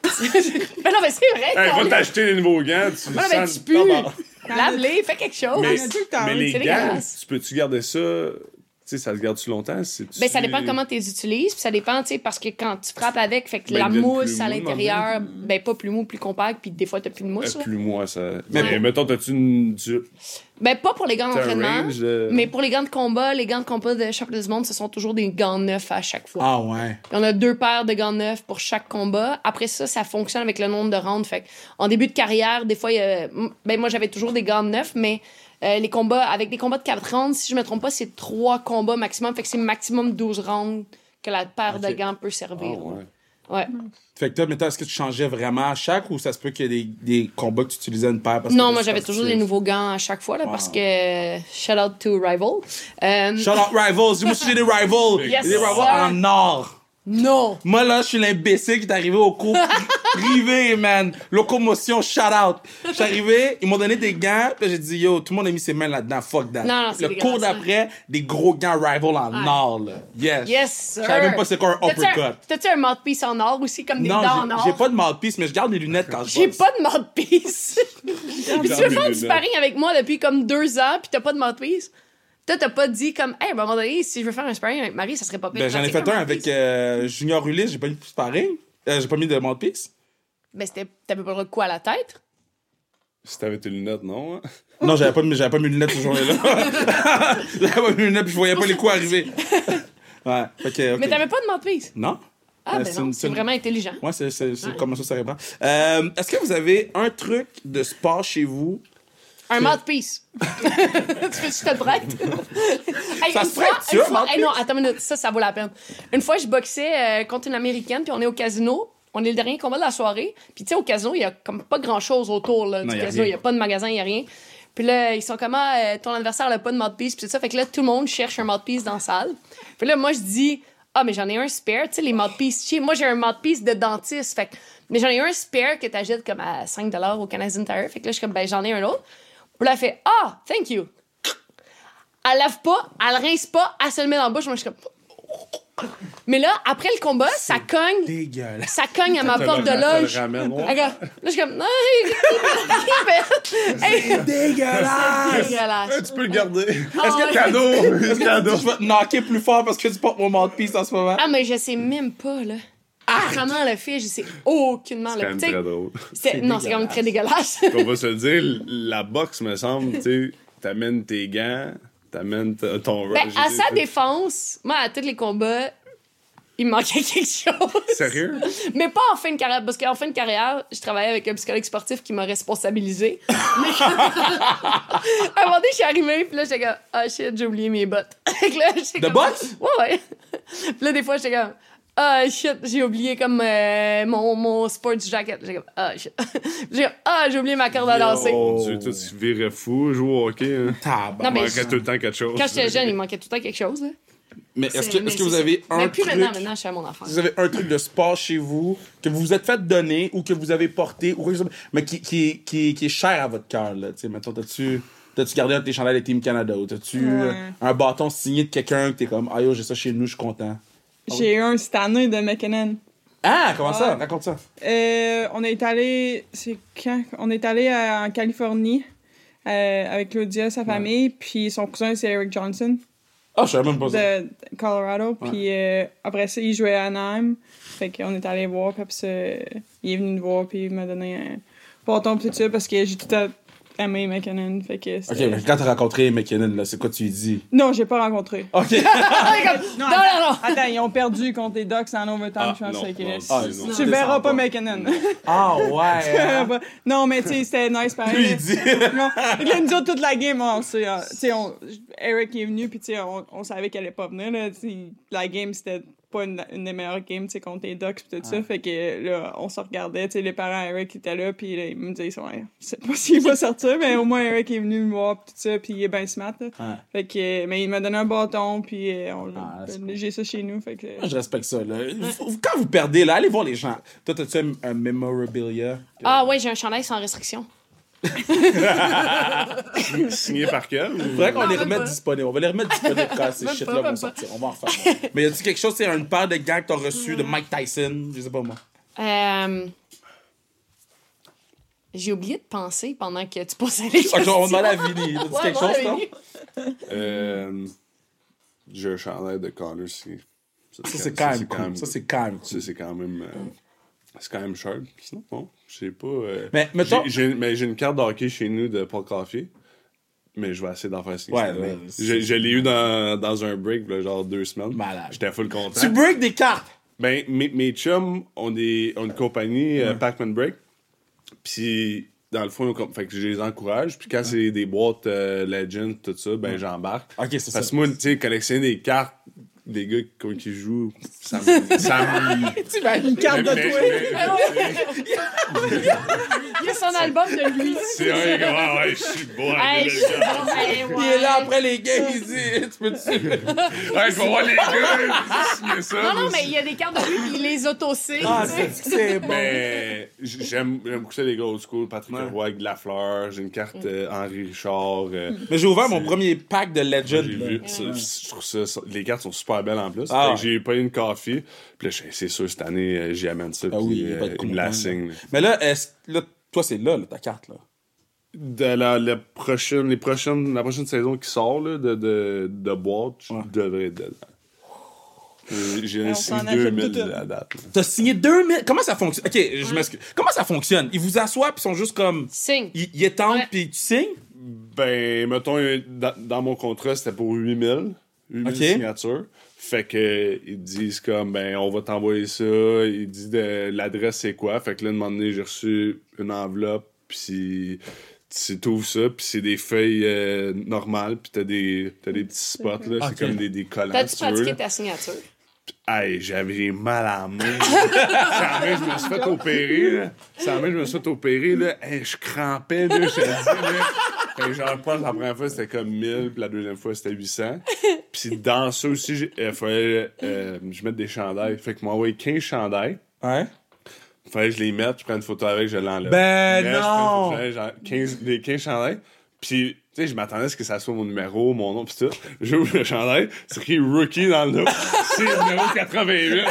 [SPEAKER 2] ben non, mais c'est vrai.
[SPEAKER 3] Hey,
[SPEAKER 2] qu'on
[SPEAKER 3] va
[SPEAKER 2] est-
[SPEAKER 3] t'acheter des nouveaux gants, tu
[SPEAKER 2] Ah, ben,
[SPEAKER 3] sens
[SPEAKER 2] tu
[SPEAKER 3] le
[SPEAKER 2] pues.
[SPEAKER 3] tabac.
[SPEAKER 2] Lave-les, fais quelque chose.
[SPEAKER 3] Mais,
[SPEAKER 4] dit que t'as
[SPEAKER 3] mais
[SPEAKER 4] envie,
[SPEAKER 3] les
[SPEAKER 2] c'est
[SPEAKER 3] gants,
[SPEAKER 2] dégueulasse.
[SPEAKER 3] tu peux-tu garder ça? Tu sais, ça se garde-tu longtemps? C'est-tu-
[SPEAKER 2] Ben, ça dépend comment tu les utilises, puis ça dépend, tu sais, parce que quand tu frappes avec, fait que
[SPEAKER 3] Ben,
[SPEAKER 2] la
[SPEAKER 3] ils deviennent
[SPEAKER 2] mousse
[SPEAKER 3] plus
[SPEAKER 2] à
[SPEAKER 3] mous,
[SPEAKER 2] l'intérieur, ben pas plus mou, plus compact, puis des fois t'as plus de mousse.
[SPEAKER 3] Euh,
[SPEAKER 2] là.
[SPEAKER 3] Plus moi, ça.
[SPEAKER 1] Mais-
[SPEAKER 3] Mais mettons, t'as-tu une. Du...
[SPEAKER 2] Ben pas pour les gants
[SPEAKER 3] T'as un
[SPEAKER 2] d'entraînement,
[SPEAKER 3] range euh, de-
[SPEAKER 2] mais pour les gants de combat, les gants de combat de championnat du monde, ce sont toujours des gants neufs à chaque fois.
[SPEAKER 1] Ah ouais.
[SPEAKER 2] Puis on a deux paires de gants neufs pour chaque combat. Après ça, ça fonctionne avec le nombre de rounds. Fait que en début de carrière, des fois, il y a- ben moi j'avais toujours des gants neufs, mais euh, les combats avec des combats de 4 rounds, si je me trompe pas, c'est trois combats maximum. Fait que c'est maximum 12 rounds que la paire de
[SPEAKER 1] Ok.
[SPEAKER 2] gants peut
[SPEAKER 3] Ah,
[SPEAKER 2] servir.
[SPEAKER 3] ouais.
[SPEAKER 2] Ouais.
[SPEAKER 1] Fait que toi, mettons, est-ce que tu changeais vraiment à chaque ou ça se peut qu'il y ait des, des combats que tu utilisais une paire? Parce que
[SPEAKER 2] Non,
[SPEAKER 1] t'es
[SPEAKER 2] moi j'avais
[SPEAKER 1] sportif?
[SPEAKER 2] toujours des nouveaux gants à chaque fois là, parce que shout out to Rival. Euh,
[SPEAKER 1] Shout out Rivals. Moi aussi, j'ai des Rivals.
[SPEAKER 3] Yes,
[SPEAKER 1] J'ai des
[SPEAKER 2] sir.
[SPEAKER 1] Rivals en or.
[SPEAKER 2] non.
[SPEAKER 1] Moi, là, je suis l'imbécile qui est arrivé au cours privé, man. Locomotion, shout out. Je suis arrivé, ils m'ont donné des gants, puis j'ai dit, yo, tout le monde a mis ses mains là-dedans, fuck that.
[SPEAKER 2] Non, non, c'est
[SPEAKER 1] Le cours
[SPEAKER 2] dégueulasse, hein.
[SPEAKER 1] d'après, des gros gants rival en or, là. Yes.
[SPEAKER 2] Yes sir.
[SPEAKER 1] Je savais même pas c'est quoi un
[SPEAKER 2] T'as-tu
[SPEAKER 1] uppercut.
[SPEAKER 2] T'as-tu un mouthpiece en or aussi comme des
[SPEAKER 1] Non,
[SPEAKER 2] dents en
[SPEAKER 1] j'ai-
[SPEAKER 2] or?
[SPEAKER 1] j'ai pas de mouthpiece, mais je garde mes lunettes quand je
[SPEAKER 2] J'ai
[SPEAKER 1] boxe.
[SPEAKER 2] pas de mouthpiece. Puis tu veux
[SPEAKER 3] mes
[SPEAKER 2] faire du
[SPEAKER 3] lunettes.
[SPEAKER 2] sparring avec moi depuis comme deux ans, puis t'as pas de mouthpiece? Toi, t'as pas dit comme, hey, à un moment donné, si je veux faire un sparring avec Marie, ça serait pas pire.
[SPEAKER 1] Ben, j'en ai
[SPEAKER 2] de
[SPEAKER 1] fait
[SPEAKER 2] pratiquer
[SPEAKER 1] un avec
[SPEAKER 2] mouthpiece.
[SPEAKER 1] euh, Junior Ulysse, j'ai pas mis de sparring. Euh, j'ai pas mis de mouthpiece. euh,
[SPEAKER 2] Ben, c'était. T'avais pas le droit de quoi à la tête?
[SPEAKER 3] Si t'avais tes lunettes, non? hein?
[SPEAKER 2] Oh.
[SPEAKER 1] Non, j'avais pas, mis- j'avais pas mis de lunettes cette journée-là. j'avais pas mis de lunettes, puis je voyais pas les coups arriver. Ouais, fait que. ok.
[SPEAKER 2] Mais t'avais pas de mouthpiece.
[SPEAKER 1] Non?
[SPEAKER 2] Ah,
[SPEAKER 1] Euh,
[SPEAKER 2] ben
[SPEAKER 1] Ben, c'est
[SPEAKER 2] non,
[SPEAKER 1] une-
[SPEAKER 2] c'est
[SPEAKER 1] une-
[SPEAKER 2] vraiment intelligent.
[SPEAKER 1] Ouais, c'est, c'est, c'est comme ça ça répond. Euh, est-ce que vous avez un truc de sport chez vous?
[SPEAKER 2] Un mouthpiece. tu veux que je te le prête? Hey,
[SPEAKER 1] Ça
[SPEAKER 2] une
[SPEAKER 1] se
[SPEAKER 2] fois-
[SPEAKER 1] prête, tu
[SPEAKER 2] une
[SPEAKER 1] as un
[SPEAKER 2] fois- hey,
[SPEAKER 1] mouthpiece?
[SPEAKER 2] Non, attends une minute, ça, ça vaut la peine. Une fois, je boxais euh, contre une Américaine, puis on est au casino. On est le dernier combat de la soirée. Puis tu sais, au casino, il y a comme pas grand-chose autour là,
[SPEAKER 1] Non,
[SPEAKER 2] du
[SPEAKER 1] il y a
[SPEAKER 2] casino.
[SPEAKER 1] rien.
[SPEAKER 2] Il y a pas de magasin, il y a rien. Puis là, ils sont comme, ah, euh, ton adversaire n'a pas de mouthpiece, puis tout ça. Fait que là, tout le monde cherche un mouthpiece dans la salle. Puis là, moi, je dis, ah, mais j'en ai un spare. Tu sais, les mouthpieces, chez moi, j'ai un mouthpiece de dentiste. Fait que, mais j'en ai un spare que t'achètes comme à 5 au Canadian Tire. Fait que là, je suis comme, ben, j'en ai un autre. Puis là, elle fait, ah, thank you. Elle lave pas, elle rince pas, elle se le met dans la bouche. Moi, je suis comme, Mais là, après le combat, ça cogne,
[SPEAKER 1] Dégueulasse.
[SPEAKER 2] ça cogne à ma porte de loge. Regarde, là, je suis comme, non, il- il- il- il- Hey,
[SPEAKER 1] Dégueulasse!
[SPEAKER 2] dégueulasse.
[SPEAKER 3] Tu peux le garder.
[SPEAKER 2] Ah
[SPEAKER 3] Est-ce que
[SPEAKER 2] ouais.
[SPEAKER 3] le cadeau? Est-ce que le cadeau?
[SPEAKER 1] Je vais te knocker plus fort parce que tu portes mon mouthpiece en ce moment.
[SPEAKER 2] Ah, mais je sais même pas, là. Comment le fait, je sais aucunement.
[SPEAKER 3] Ah! C'est
[SPEAKER 2] là.
[SPEAKER 3] quand même
[SPEAKER 2] Tu sais,
[SPEAKER 3] très drôle.
[SPEAKER 2] c'est- Non, c'est quand même très dégueulasse.
[SPEAKER 3] On va se le dire, la boxe, me semble, tu sais, t'amènes tes gants, t'amènes ta- ton
[SPEAKER 2] Ben,
[SPEAKER 3] j'ai
[SPEAKER 2] à
[SPEAKER 3] des-
[SPEAKER 2] sa défense, moi, à tous les combats, il me manquait quelque chose.
[SPEAKER 3] Sérieux?
[SPEAKER 2] Mais pas en fin de carrière, parce qu'en fin de carrière, je travaillais avec un psychologue sportif qui m'a responsabilisé. Mais à un moment donné, je suis arrivée, puis là, j'étais comme, ah shit, j'ai oublié mes bottes. Fait que là, j'étais
[SPEAKER 1] De
[SPEAKER 2] comme-
[SPEAKER 1] boxe?
[SPEAKER 2] Ouais, ouais. Puis là, des fois, j'étais comme, ah shit, j'ai oublié comme euh, mon, mon sports jacket. J'étais comme, ah shit. J'ai comme, ah, j'ai oublié ma corde à danser.
[SPEAKER 3] Mon Dieu, toi, oh, tu virais fou, jouer au hockey. Hein.
[SPEAKER 1] Tabarnak.
[SPEAKER 2] Non, mais-
[SPEAKER 3] Manquerait tout le temps quelque chose.
[SPEAKER 2] Quand j'étais jeune, il manquait tout le temps quelque chose. Là.
[SPEAKER 1] Mais est-ce que,
[SPEAKER 2] Mais
[SPEAKER 1] est-ce que
[SPEAKER 2] c'est
[SPEAKER 1] vous
[SPEAKER 2] ça.
[SPEAKER 1] avez un
[SPEAKER 2] Mais plus
[SPEAKER 1] truc...
[SPEAKER 2] maintenant, maintenant, je fais mon affaire.
[SPEAKER 1] si vous avez un truc de sport chez vous que vous vous êtes fait donner ou que vous avez porté ou quelque chose, mais qui, qui, qui, qui est cher à votre cœur là, tu sais, mettons t'as-tu t'as-tu gardé un de tes chandails de Team Canada ou t'as-tu euh,
[SPEAKER 4] Ouais.
[SPEAKER 1] un bâton signé de quelqu'un que t'es comme ah yo j'ai ça chez nous je suis content
[SPEAKER 4] J'ai eu un cette année de McKinnon.
[SPEAKER 1] ah comment ça
[SPEAKER 4] Ouais.
[SPEAKER 1] raconte ça
[SPEAKER 4] Euh, on est allé, c'est quand on est allé à- en Californie euh, avec Claudia, sa famille, puis son cousin c'est Eric Johnson
[SPEAKER 1] ah je savais même pas ça
[SPEAKER 4] de de Colorado, puis euh, après ça il jouait à Anaheim, fait qu'on est allé voir, puis après ça, il est venu nous voir puis il m'a donné un bâton puis tout ça parce que j'ai tout à aimé McKinnon, fait que
[SPEAKER 1] ok
[SPEAKER 4] c'était-
[SPEAKER 1] mais quand t'as rencontré McKinnon là c'est quoi tu lui dis
[SPEAKER 4] non j'ai pas rencontré.
[SPEAKER 1] ok
[SPEAKER 2] Ah, comme, non, non, non.
[SPEAKER 4] Attends, ils ont perdu contre les Ducks en overtime,
[SPEAKER 3] Ah,
[SPEAKER 4] je pense.
[SPEAKER 3] non,
[SPEAKER 2] euh,
[SPEAKER 4] fait que-
[SPEAKER 3] non,
[SPEAKER 1] Ah,
[SPEAKER 3] c'est-
[SPEAKER 1] non.
[SPEAKER 4] tu
[SPEAKER 1] descends
[SPEAKER 4] verras
[SPEAKER 1] pas.
[SPEAKER 4] pas McKinnon.
[SPEAKER 1] ah ouais hein?
[SPEAKER 4] non, mais tu sais, c'était nice pareil.
[SPEAKER 1] lui il dit
[SPEAKER 4] Non. Fait que là, nous autres, toute la game, on sait, hein, tu sais, on, Eric est venu, puis tu sais, on, on savait qu'elle allait pas venir, là, tu sais, la game, c'était pas une, une des meilleures games, tu sais, contre les Ducks, puis tout ça, fait que là, on se regardait, tu sais, les parents Eric étaient là, puis là, ils me disaient, ouais, je sais pas s'il va sortir, mais au moins Eric est venu me voir, puis tout ça, puis il est bien smart, là.
[SPEAKER 1] Ouais.
[SPEAKER 4] Fait que, euh, mais il m'a donné un bâton, puis euh, on l'a-
[SPEAKER 1] Ah, c'est cool.
[SPEAKER 4] j'ai ça chez nous, fait que...
[SPEAKER 1] Moi, je respecte ça là Vous- quand vous perdez là allez voir les gens toi t'as-tu un, un memorabilia
[SPEAKER 2] Ah ouais, j'ai un chandail sans restriction.
[SPEAKER 3] Signé par quel? ou-
[SPEAKER 1] Faudrait qu'on les
[SPEAKER 2] même
[SPEAKER 1] remette
[SPEAKER 2] pas.
[SPEAKER 1] disponibles. On va les remettre disponibles quand ces
[SPEAKER 2] Même
[SPEAKER 1] shit-là
[SPEAKER 2] pas,
[SPEAKER 1] vont
[SPEAKER 2] même
[SPEAKER 1] sortir. On va en refaire. Mais y a-tu quelque chose, c'est une paire de gants que t'as reçu de Mike Tyson Je sais pas moi.
[SPEAKER 2] Euh, J'ai oublié de penser pendant que tu posais les questions.
[SPEAKER 1] Ok, Ah, on demande à Vinny. Y a-tu
[SPEAKER 2] Ouais,
[SPEAKER 1] quelque
[SPEAKER 2] ouais,
[SPEAKER 1] chose, non
[SPEAKER 2] Vinny.
[SPEAKER 3] Euh, J'ai un chandail de Connor. c'est-
[SPEAKER 1] Ça, c'est quand même cool. Ça, c'est quand même cool.
[SPEAKER 3] Ça, c'est quand même. euh, c'est quand même sharp. Sinon, bon, je sais pas. euh,
[SPEAKER 1] Mais, mettons-
[SPEAKER 3] j'ai- j'ai- Mais j'ai une carte de hockey chez nous de Paul Coffee. Mais je vais essayer d'en faire signer
[SPEAKER 1] Ouais,
[SPEAKER 3] cette année.
[SPEAKER 1] ouais, c'est-
[SPEAKER 3] Je, je l'ai eu dans, dans un break, là, genre deux semaines.
[SPEAKER 1] Malade.
[SPEAKER 3] J'étais full content.
[SPEAKER 1] Tu break des cartes
[SPEAKER 3] Ben, mes, mes chums ont, des, ont une compagnie, euh, Pac-Man Break. Puis, dans le fond, ils ont com- fait que je les encourage. Puis, quand c'est des boîtes euh, Legend, tout ça, ben, j'embarque.
[SPEAKER 1] Ok, c'est
[SPEAKER 3] Parce
[SPEAKER 1] ça.
[SPEAKER 3] que moi, tu sais, collectionner des cartes des gars qui, qui jouent, ça me. ça me-
[SPEAKER 1] Tu vas une
[SPEAKER 4] Carte de
[SPEAKER 3] Mais-
[SPEAKER 4] toi.
[SPEAKER 3] mais-
[SPEAKER 2] Il y a son album de lui.
[SPEAKER 3] C'est un gars, ouais, ouais, je suis bon.
[SPEAKER 2] Hey,
[SPEAKER 3] avec
[SPEAKER 2] je
[SPEAKER 3] les
[SPEAKER 2] suis
[SPEAKER 3] gars.
[SPEAKER 2] bon, hey, ouais.
[SPEAKER 1] Il est là après les games, il dit Tu peux-tu
[SPEAKER 3] Ouais, je vais voir les gars. signer ça,
[SPEAKER 2] Non, non,
[SPEAKER 3] moi,
[SPEAKER 2] mais il y a des cartes de lui, puis il les autocille.
[SPEAKER 1] Ah,
[SPEAKER 2] tu sais.
[SPEAKER 1] c'est- c'est bon.
[SPEAKER 3] Mais j- j'aime j'aime beaucoup ça, les gars old school. Patrick
[SPEAKER 1] Ouais.
[SPEAKER 3] Roy, Lafleur, j'ai une carte euh, Henri Richard. euh,
[SPEAKER 1] Mais j'ai ouvert mon premier pack de Legend.
[SPEAKER 3] J'ai
[SPEAKER 1] là.
[SPEAKER 3] vu. ça, Je trouve ça, ça- Les cartes sont super belles en plus.
[SPEAKER 1] Ah
[SPEAKER 3] Fait
[SPEAKER 1] ouais.
[SPEAKER 3] que J'ai pas eu une coffee. Puis là, je- c'est sûr, cette année, euh, j'y amène ça.
[SPEAKER 1] Ah
[SPEAKER 3] puis,
[SPEAKER 1] oui, il y a pas
[SPEAKER 3] euh,
[SPEAKER 1] de
[SPEAKER 3] il
[SPEAKER 1] coup
[SPEAKER 3] me la signe.
[SPEAKER 1] Mais là, est-ce- là, toi, c'est là, là, ta carte. là.
[SPEAKER 3] De la, la prochaine, les prochaines, la prochaine saison qui sort là, de, de, de boîte, je
[SPEAKER 1] Ouais.
[SPEAKER 3] devrais être dedans. Euh, J'ai
[SPEAKER 4] on
[SPEAKER 3] un
[SPEAKER 4] s'en
[SPEAKER 3] signe
[SPEAKER 4] achète
[SPEAKER 3] 2000
[SPEAKER 4] tout
[SPEAKER 3] de
[SPEAKER 4] une.
[SPEAKER 3] la date. là.
[SPEAKER 1] T'as signé 2000. Comment ça fonctionne Ok, je m'excuse. Comment ça fonctionne Ils vous assoient, puis ils sont juste comme.
[SPEAKER 2] Signe.
[SPEAKER 1] Ils ils étendent,
[SPEAKER 2] Ouais.
[SPEAKER 1] puis tu signes
[SPEAKER 3] Ben, mettons, euh, dans, dans mon contrat, c'était pour 8000. 8000
[SPEAKER 1] Ok.
[SPEAKER 3] signatures. Fait que euh, ils disent comme ben on va t'envoyer ça, ils disent de- l'adresse c'est quoi. Fait que là, un moment donné, j'ai reçu une enveloppe, puis tu trouves ça, puis c'est des feuilles euh, normales, puis t'as des, t'as des petits spots, là.
[SPEAKER 1] Ok.
[SPEAKER 3] C'est comme des, des collants,
[SPEAKER 2] T'as-tu
[SPEAKER 3] si tu veux.
[SPEAKER 2] pratiqué
[SPEAKER 3] là.
[SPEAKER 2] ta signature?
[SPEAKER 3] Hey, j'avais mal à la main. Ça main, je me suis fait opérer. Là. Ça main, je me suis fait opérer. Là. Hey, je crampais, là, je te le dis. Là. Fait que genre, je pense que la première fois, c'était comme 1000, puis la deuxième fois, c'était 800. Puis dans ça aussi, j'ai- il fallait euh, je mette des chandails. Fait que m'ont envoyé 15 chandails.
[SPEAKER 1] Ouais.
[SPEAKER 3] Fallait que je les mette, je prends une photo avec, je l'enlève.
[SPEAKER 1] Ben
[SPEAKER 3] Mais je
[SPEAKER 1] non!
[SPEAKER 3] prends une photo avec, genre, 15, les 15 chandails. Puis Tu sais, je m'attendais à ce que ça soit mon numéro, mon nom, pis tout. J'ouvre le chandail, c'est écrit Rookie dans le dos. C'est le numéro 88.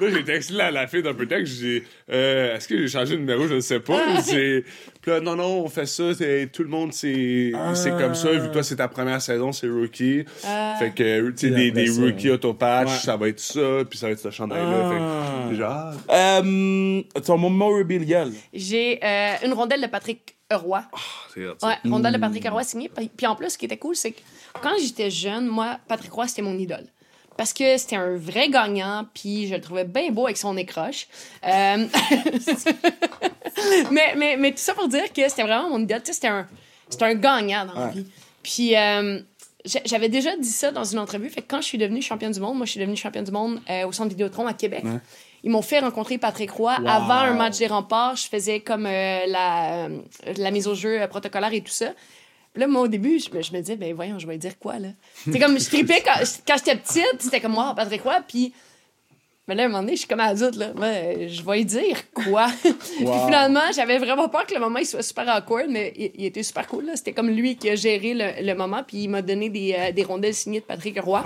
[SPEAKER 3] Là, j'ai texté la, la fille d'un peu texte, j'ai dit euh, Est-ce que j'ai changé de numéro Je ne sais pas. J'ai- Puis là, non, non, on fait ça, c'est- tout le monde, c'est c'est comme ça. Vu que toi, c'est ta première saison, c'est rookie. Fait que, tu sais,
[SPEAKER 1] Il
[SPEAKER 3] des,
[SPEAKER 1] appelait
[SPEAKER 3] des
[SPEAKER 1] ça.
[SPEAKER 3] rookies autopatch,
[SPEAKER 1] Ouais.
[SPEAKER 3] ça va être ça, puis ça va être ce chandail-là.
[SPEAKER 1] Ah.
[SPEAKER 3] Fait que, genre,
[SPEAKER 1] Euh, ton memorabilial.
[SPEAKER 2] J'ai euh, une rondelle de Patrick Roy.
[SPEAKER 3] ah, c'est hot, ça.
[SPEAKER 2] Ouais, rondelle de Patrick Roy signée. Puis puis en plus, ce qui était cool, c'est que quand j'étais jeune, moi, Patrick Roy, c'était mon idole. Parce que c'était un vrai gagnant, puis je le trouvais bien beau avec son écroche. Euh, mais, mais, mais tout ça pour dire que c'était vraiment mon idole. Tu sais, c'était un, c'était un gagnant dans la
[SPEAKER 1] Ouais.
[SPEAKER 2] vie. Puis euh, j'a- j'avais déjà dit ça dans une entrevue. Fait que quand je suis devenue championne du monde, moi, je suis devenue championne du monde euh, au Centre Vidéotron à Québec. Ils m'ont fait rencontrer Patrick Roy
[SPEAKER 1] Wow.
[SPEAKER 2] avant un match des remparts. Je faisais comme euh, la, euh, la mise au jeu euh, protocolaire et tout ça. Puis Là, moi, au début, je me, je me disais, ben voyons, je vais lui dire quoi, là? C'est comme, je tripais quand, quand j'étais petite, c'était comme, moi, Patrick Roy, puis. Mais là, à un moment donné, je suis comme adulte, là. Moi, euh, je vais lui dire quoi? Puis finalement, j'avais vraiment peur que le moment il soit super awkward, mais il, il était super cool. là. C'était comme lui qui a géré le, le moment, puis il m'a donné des, euh, des rondelles signées de Patrick Roy.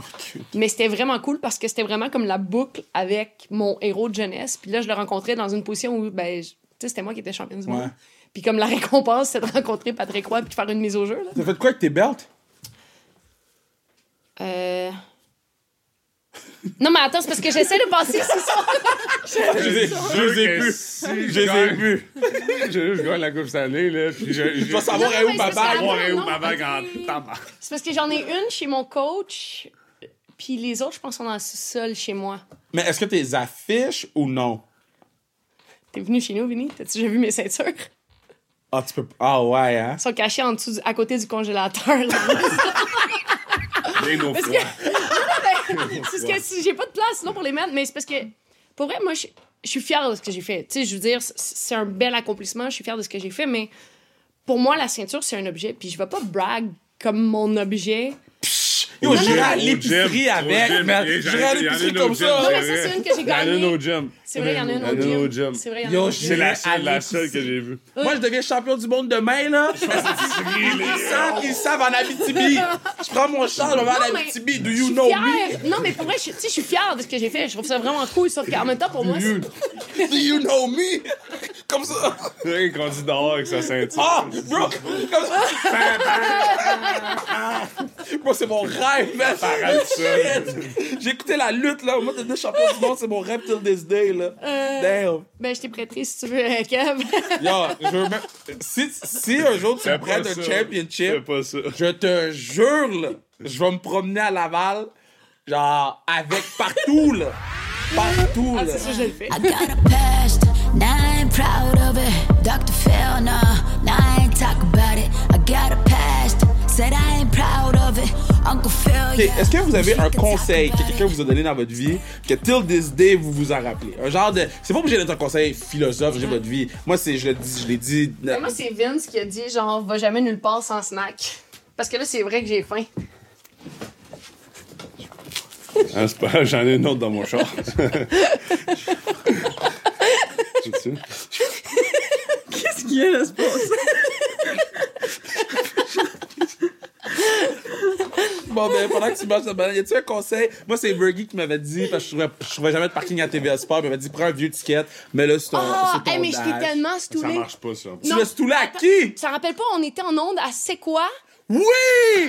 [SPEAKER 2] mais c'était vraiment cool parce que c'était vraiment comme la boucle avec mon héros de jeunesse. Puis là, je le rencontrais dans une position où, ben, je- tu sais, c'était moi qui étais championne du monde.
[SPEAKER 1] Ouais.
[SPEAKER 2] Puis comme la récompense, c'est de rencontrer Patrick Roy puis de faire une mise au jeu. Là.
[SPEAKER 1] T'as fait quoi avec tes belts?
[SPEAKER 2] Euh... Non, mais attends, c'est parce que j'essaie de passer c'est ça.
[SPEAKER 1] Je les ai- je les ai plus.
[SPEAKER 3] Si
[SPEAKER 1] Je les ai
[SPEAKER 3] gagne-
[SPEAKER 1] vus.
[SPEAKER 3] Je je gagne la Coupe Stanley, là, puis je.
[SPEAKER 1] Je dois savoir
[SPEAKER 2] Non,
[SPEAKER 1] est où
[SPEAKER 2] mais
[SPEAKER 1] ma
[SPEAKER 2] c'est ça,
[SPEAKER 1] bague.
[SPEAKER 2] attends,
[SPEAKER 3] Savoir est où
[SPEAKER 2] Ah, non,
[SPEAKER 3] ma bague
[SPEAKER 2] ok.
[SPEAKER 3] en tabarnak.
[SPEAKER 2] C'est parce que j'en ai une chez mon coach, puis les autres, je pense, sont dans le sous-sol chez moi.
[SPEAKER 1] Mais est-ce que t'es affiches ou non?
[SPEAKER 2] T'es venu chez nous, Vinny? T'as-tu déjà vu mes ceintures? Elles
[SPEAKER 1] Ah, tu peux. Ah, ouais, hein?
[SPEAKER 2] sont cachées en dessous, du- à côté du congélateur. là.
[SPEAKER 3] Bien au
[SPEAKER 2] Parce
[SPEAKER 3] froid.
[SPEAKER 2] que- c'est parce que si j'ai pas de place sinon pour les mettre, mais c'est parce que, pour vrai, moi, je je suis fière de ce que j'ai fait. Tu sais, je veux dire, c'est- c'est un bel accomplissement, je suis fière de ce que j'ai fait, mais pour moi, la ceinture, c'est un objet, puis je vais pas brag comme mon objet.
[SPEAKER 1] Yo,
[SPEAKER 3] Au
[SPEAKER 1] j'irai
[SPEAKER 3] gym,
[SPEAKER 1] à
[SPEAKER 3] au
[SPEAKER 1] l'épicerie
[SPEAKER 3] gym,
[SPEAKER 1] avec,
[SPEAKER 3] au gym.
[SPEAKER 1] man.
[SPEAKER 3] Et
[SPEAKER 1] J'irai à
[SPEAKER 3] j'allais-
[SPEAKER 1] l'épicerie
[SPEAKER 3] j'allais au
[SPEAKER 1] comme
[SPEAKER 3] gym,
[SPEAKER 1] ça.
[SPEAKER 2] Non, mais
[SPEAKER 3] c'est
[SPEAKER 2] ça,
[SPEAKER 3] vrai.
[SPEAKER 2] c'est une que j'ai
[SPEAKER 3] Il y en a une
[SPEAKER 2] gagnée.
[SPEAKER 3] au gym.
[SPEAKER 2] C'est vrai, il y en a une
[SPEAKER 3] Il y en a une
[SPEAKER 2] au
[SPEAKER 3] au
[SPEAKER 2] gym.
[SPEAKER 3] gym.
[SPEAKER 2] C'est vrai, il y en a
[SPEAKER 1] Yo,
[SPEAKER 2] une au gym.
[SPEAKER 3] C'est
[SPEAKER 1] j'irai à
[SPEAKER 3] la seule, la seule que
[SPEAKER 1] l'épicerie.
[SPEAKER 3] j'ai vue.
[SPEAKER 1] Moi, je deviens champion du monde demain, là. Ils savent, ils savent en Abitibi. Je prends mon char, je vais en
[SPEAKER 2] mais-
[SPEAKER 1] Abitibi. Do
[SPEAKER 2] Je
[SPEAKER 1] you
[SPEAKER 2] suis
[SPEAKER 1] know me?
[SPEAKER 2] fière. Non, mais pour vrai, je, tu sais, je suis fière de ce que j'ai fait. Je trouve ça vraiment cool. Sauf qu'en même temps, pour moi, c'est-
[SPEAKER 1] Do you know me? Comme ça.
[SPEAKER 3] Rien qu'on dit dehors avec sa ceinture.
[SPEAKER 1] Ah, bro, comme ça. bro, c'est mon rêve, man.
[SPEAKER 3] Arrête ça.
[SPEAKER 1] Shit. J'ai écouté la lutte, là. Moi, t'es deux champion du monde, c'est mon rêve till this day, là. Damn.
[SPEAKER 2] ben, je t'ai prêté si tu veux, euh, Kev.
[SPEAKER 1] Yo, je veux même... si, si un jour tu me
[SPEAKER 3] Fais pas
[SPEAKER 1] prêtes un
[SPEAKER 3] ça. Fais
[SPEAKER 1] championship,
[SPEAKER 3] pas ça.
[SPEAKER 1] je te jure, là, je vais me promener à Laval, genre, avec partout, là. Partout, là.
[SPEAKER 2] c'est ça, je le fais.
[SPEAKER 5] I got a past, and I ain't proud of it. Dr. Phil, no, no, I ain't talk about it. I got a past, said I ain't proud of it. Uncle Phil,
[SPEAKER 1] Ok,
[SPEAKER 5] yeah.
[SPEAKER 1] Est-ce que vous avez
[SPEAKER 5] we
[SPEAKER 1] un
[SPEAKER 5] can talk
[SPEAKER 1] conseil que
[SPEAKER 5] about
[SPEAKER 1] quelqu'un
[SPEAKER 5] it.
[SPEAKER 1] vous a donné dans votre vie que till this day vous vous en rappelez Un genre de c'est pas obligé d'être un conseil philosophe j'ai votre vie. Moi c'est je le dis je l'ai dit.
[SPEAKER 2] Mais moi, c'est Vince qui a dit genre, va jamais nulle part sans snack. Parce que là, c'est vrai que j'ai faim.
[SPEAKER 3] Ah, c'est pas grave, j'en ai une autre dans mon char. Tu sais?
[SPEAKER 4] Qu'est-ce qu'il y a là, ce passe?
[SPEAKER 1] Bon ben pendant que tu manges ta banane, y a-tu un conseil Moi c'est Bergie qui m'avait dit parce que je trouvais, je trouvais jamais de parking à TVA Sport, il m'avait dit prends un vieux ticket, mets-le sur ton
[SPEAKER 2] Ah,
[SPEAKER 1] sur ton
[SPEAKER 2] hey, mais je t'ai
[SPEAKER 1] dash.
[SPEAKER 2] tellement
[SPEAKER 3] Ça
[SPEAKER 2] stoulé.
[SPEAKER 3] marche pas, ça.
[SPEAKER 1] Tu
[SPEAKER 2] Non.
[SPEAKER 1] l'as stoulé à qui
[SPEAKER 2] Ça rappelle pas, on était en onde à C'est quoi?
[SPEAKER 1] Oui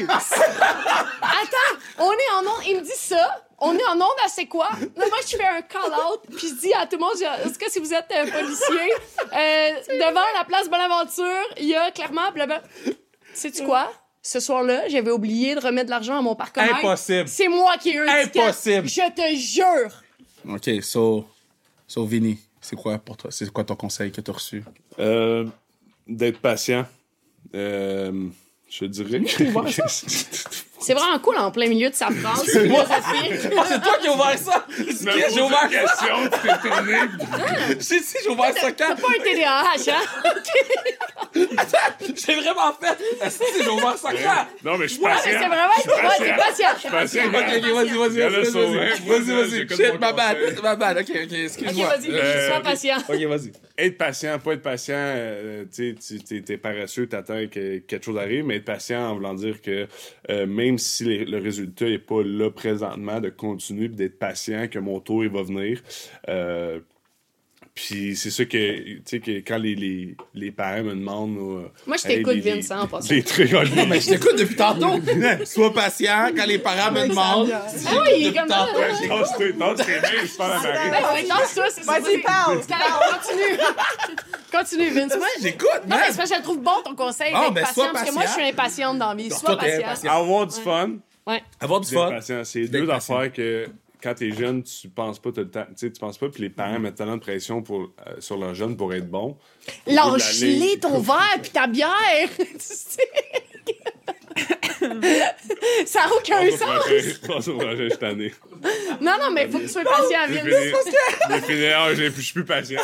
[SPEAKER 2] Attends, on est en onde, il me dit ça. On est en onde à c'est quoi? Là, moi, je fais un call-out, puis je dis à tout le monde, je- est-ce que si vous êtes euh, policier, euh, devant la place Bonaventure, il y a clairement... Blablabla. Sais-tu quoi? Ce soir-là, j'avais oublié de remettre de l'argent à mon parc
[SPEAKER 1] Impossible.
[SPEAKER 2] C'est moi qui ai eu un ticket.
[SPEAKER 1] Impossible.
[SPEAKER 2] Je te jure.
[SPEAKER 1] Ok so so Vinny c'est quoi pour toi c'est quoi ton conseil que t'as reçu
[SPEAKER 3] Euh, D'être patient. Euh, je dirais.
[SPEAKER 2] C'est vraiment cool en plein milieu de sa phrase.
[SPEAKER 1] moi.
[SPEAKER 2] philosophique.
[SPEAKER 1] Ah, c'est toi qui as ouvert ça! C'est qui? J'ai ouvert ça!
[SPEAKER 3] question, tu t'es tourné.
[SPEAKER 1] Je sais si j'ai ouvert ça quand?
[SPEAKER 2] T'as pas un TDAH, hein?
[SPEAKER 1] J'ai vraiment fait! Ah, si, j'ai ouvert ça quand?
[SPEAKER 3] Non, mais je suis
[SPEAKER 2] Ah, mais
[SPEAKER 3] patient.
[SPEAKER 2] c'est vraiment... Ouais,
[SPEAKER 3] patient.
[SPEAKER 2] t'es patient.
[SPEAKER 3] Je suis patient.
[SPEAKER 1] Ok, ok, vas-y, vas-y,
[SPEAKER 3] Il y en a
[SPEAKER 1] vas-y,
[SPEAKER 3] sauvé.
[SPEAKER 1] vas-y,
[SPEAKER 3] Moi,
[SPEAKER 1] vas-y,
[SPEAKER 3] là,
[SPEAKER 1] vas-y,
[SPEAKER 3] j'écoute
[SPEAKER 1] shit,
[SPEAKER 3] mon
[SPEAKER 1] ma bad,
[SPEAKER 3] conseil.
[SPEAKER 1] ma bad, ok, ok,
[SPEAKER 2] OK,
[SPEAKER 1] excuse-moi.
[SPEAKER 2] vas-y,
[SPEAKER 3] Euh,
[SPEAKER 2] sois patient.
[SPEAKER 1] Ok, vas-y.
[SPEAKER 3] Être patient, pas être patient, euh, tu sais, tu- t'es- t'es paresseux, t'attends que quelque chose arrive, mais être patient en voulant dire que euh, même si les- le résultat n'est pas là présentement, de continuer puis d'être patient que mon tour il va venir. Euh, puis c'est ça que, tu sais, que quand les, les, les parents me demandent. euh,
[SPEAKER 2] Moi, je t'écoute,
[SPEAKER 3] les- les-
[SPEAKER 2] Vince, hein, en passant.
[SPEAKER 3] Les trucs,
[SPEAKER 1] Mais je t'écoute depuis tantôt. Sois patient quand les parents me demandent.
[SPEAKER 2] Ah oui, il est comme ça.
[SPEAKER 3] Tasse-toi, tasse tes mains, je parle à Marie.
[SPEAKER 2] Ouais, ouais, danse-toi, c'est ça.
[SPEAKER 4] Vas-y, parle.
[SPEAKER 2] C'est correct, Continue. Continue, Vince. Moi,
[SPEAKER 1] J'écoute,
[SPEAKER 2] non,
[SPEAKER 1] man.
[SPEAKER 2] mais c'est parce que je le trouve bon ton conseil.
[SPEAKER 1] Ah,
[SPEAKER 2] d'être
[SPEAKER 1] ben,
[SPEAKER 2] patient,
[SPEAKER 1] sois
[SPEAKER 2] parce que moi, je
[SPEAKER 1] patient.
[SPEAKER 2] suis impatiente dans la vie.
[SPEAKER 1] Non,
[SPEAKER 2] Sois
[SPEAKER 1] toi, t'es
[SPEAKER 2] patient.
[SPEAKER 1] impatient.
[SPEAKER 3] Avoir du fun.
[SPEAKER 2] Ouais.
[SPEAKER 1] Avoir du
[SPEAKER 3] D'être
[SPEAKER 1] fun.
[SPEAKER 3] patient. C'est
[SPEAKER 1] D'être
[SPEAKER 3] deux
[SPEAKER 1] patient.
[SPEAKER 3] affaires que quand t'es jeune, tu penses pas tout le temps. Tu sais, tu penses pas, puis les parents mettent tellement de pression pour, euh, sur leurs jeunes pour être bons.
[SPEAKER 2] Lâche-les ton verre puis ta bière. Tu sais. Ah, ça n'a aucun
[SPEAKER 3] Passe au
[SPEAKER 2] sens.
[SPEAKER 3] prochain, passe au prochain, je suis tanné.
[SPEAKER 2] Non, non, mais il faut que tu sois patient,
[SPEAKER 3] J'ai
[SPEAKER 2] Vince.
[SPEAKER 3] fini. J'ai fini. Ah, j'ai- Je suis plus patient.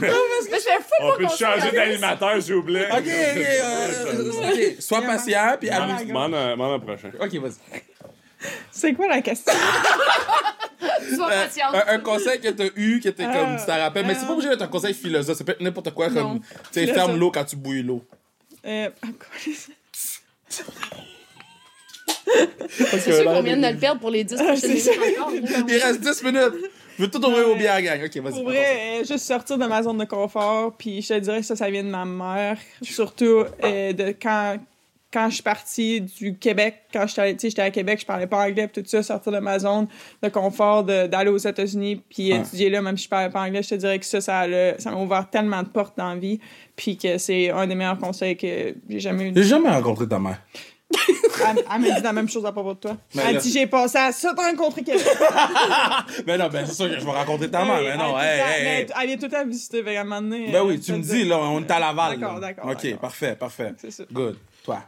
[SPEAKER 2] Mais je fais fou
[SPEAKER 3] On
[SPEAKER 2] de
[SPEAKER 3] peut
[SPEAKER 2] ton conseil.
[SPEAKER 3] changer
[SPEAKER 2] Vince.
[SPEAKER 3] d'animateur, s'il vous plaît.
[SPEAKER 1] Ok, ok, euh, ok. Sois patient, puis amuse-
[SPEAKER 3] M'en m'en un prochain.
[SPEAKER 1] Ok, vas-y.
[SPEAKER 4] C'est quoi la question?
[SPEAKER 2] Sois
[SPEAKER 1] Euh,
[SPEAKER 2] patient.
[SPEAKER 1] un, un conseil que t'as eu, que t'es comme,
[SPEAKER 4] Ah,
[SPEAKER 1] tu t'en rappelles. Mais c'est
[SPEAKER 4] ah.
[SPEAKER 1] pas obligé d'être un conseil philosophe, ça peut être n'importe quoi, comme,
[SPEAKER 4] Non.
[SPEAKER 1] tu sais, ferme
[SPEAKER 4] Philosophe.
[SPEAKER 1] l'eau quand tu bouilles l'eau.
[SPEAKER 4] Euh, encore-
[SPEAKER 2] C'est sûr qu'on vient de le perdre pour les 10 prochaines
[SPEAKER 4] c'est ça.
[SPEAKER 2] minutes encore.
[SPEAKER 1] Il reste 10 minutes. Je veux tout ouvrir au bière, gang. Ok, vas-y.
[SPEAKER 4] Pour vrai, euh, juste sortir de ma zone de confort, puis je te dirais que ça, ça vient de ma mère. Surtout euh, de quand, quand je suis partie du Québec, quand j'étais allée- tu sais, j'étais à Québec, je parlais pas anglais, puis tout ça, sortir de ma zone de confort, de- d'aller aux États-Unis, puis
[SPEAKER 1] Ouais.
[SPEAKER 4] étudier là, même si je parlais pas anglais, je te dirais que ça, ça l'a- ça m'a ouvert tellement de portes dans la vie, puis que c'est un des meilleurs conseils que j'ai jamais eu.
[SPEAKER 1] J'ai jamais rencontré ta mère.
[SPEAKER 4] elle elle m'a dit la même chose à propos de toi.
[SPEAKER 1] Mais
[SPEAKER 4] elle
[SPEAKER 1] là-
[SPEAKER 4] dit J'ai passé à ça, t'as rencontré quelqu'un.
[SPEAKER 1] Ben non, ben c'est sûr que je vais rencontrer ta mère.
[SPEAKER 4] Hey,
[SPEAKER 1] Ben non,
[SPEAKER 4] elle est
[SPEAKER 1] hey,
[SPEAKER 4] tout le temps-
[SPEAKER 1] hey, hey.
[SPEAKER 4] mais Elle est tout le temps visiter, fait qu'à un moment donné,
[SPEAKER 1] Ben
[SPEAKER 4] euh,
[SPEAKER 1] oui, tu
[SPEAKER 4] je
[SPEAKER 1] me
[SPEAKER 4] te
[SPEAKER 1] dis,
[SPEAKER 4] dis-
[SPEAKER 1] là, on est à Laval.
[SPEAKER 4] D'accord,
[SPEAKER 1] là.
[SPEAKER 4] d'accord,
[SPEAKER 1] Ok,
[SPEAKER 4] d'accord.
[SPEAKER 1] parfait, parfait.
[SPEAKER 4] C'est ça.
[SPEAKER 1] Good. Toi.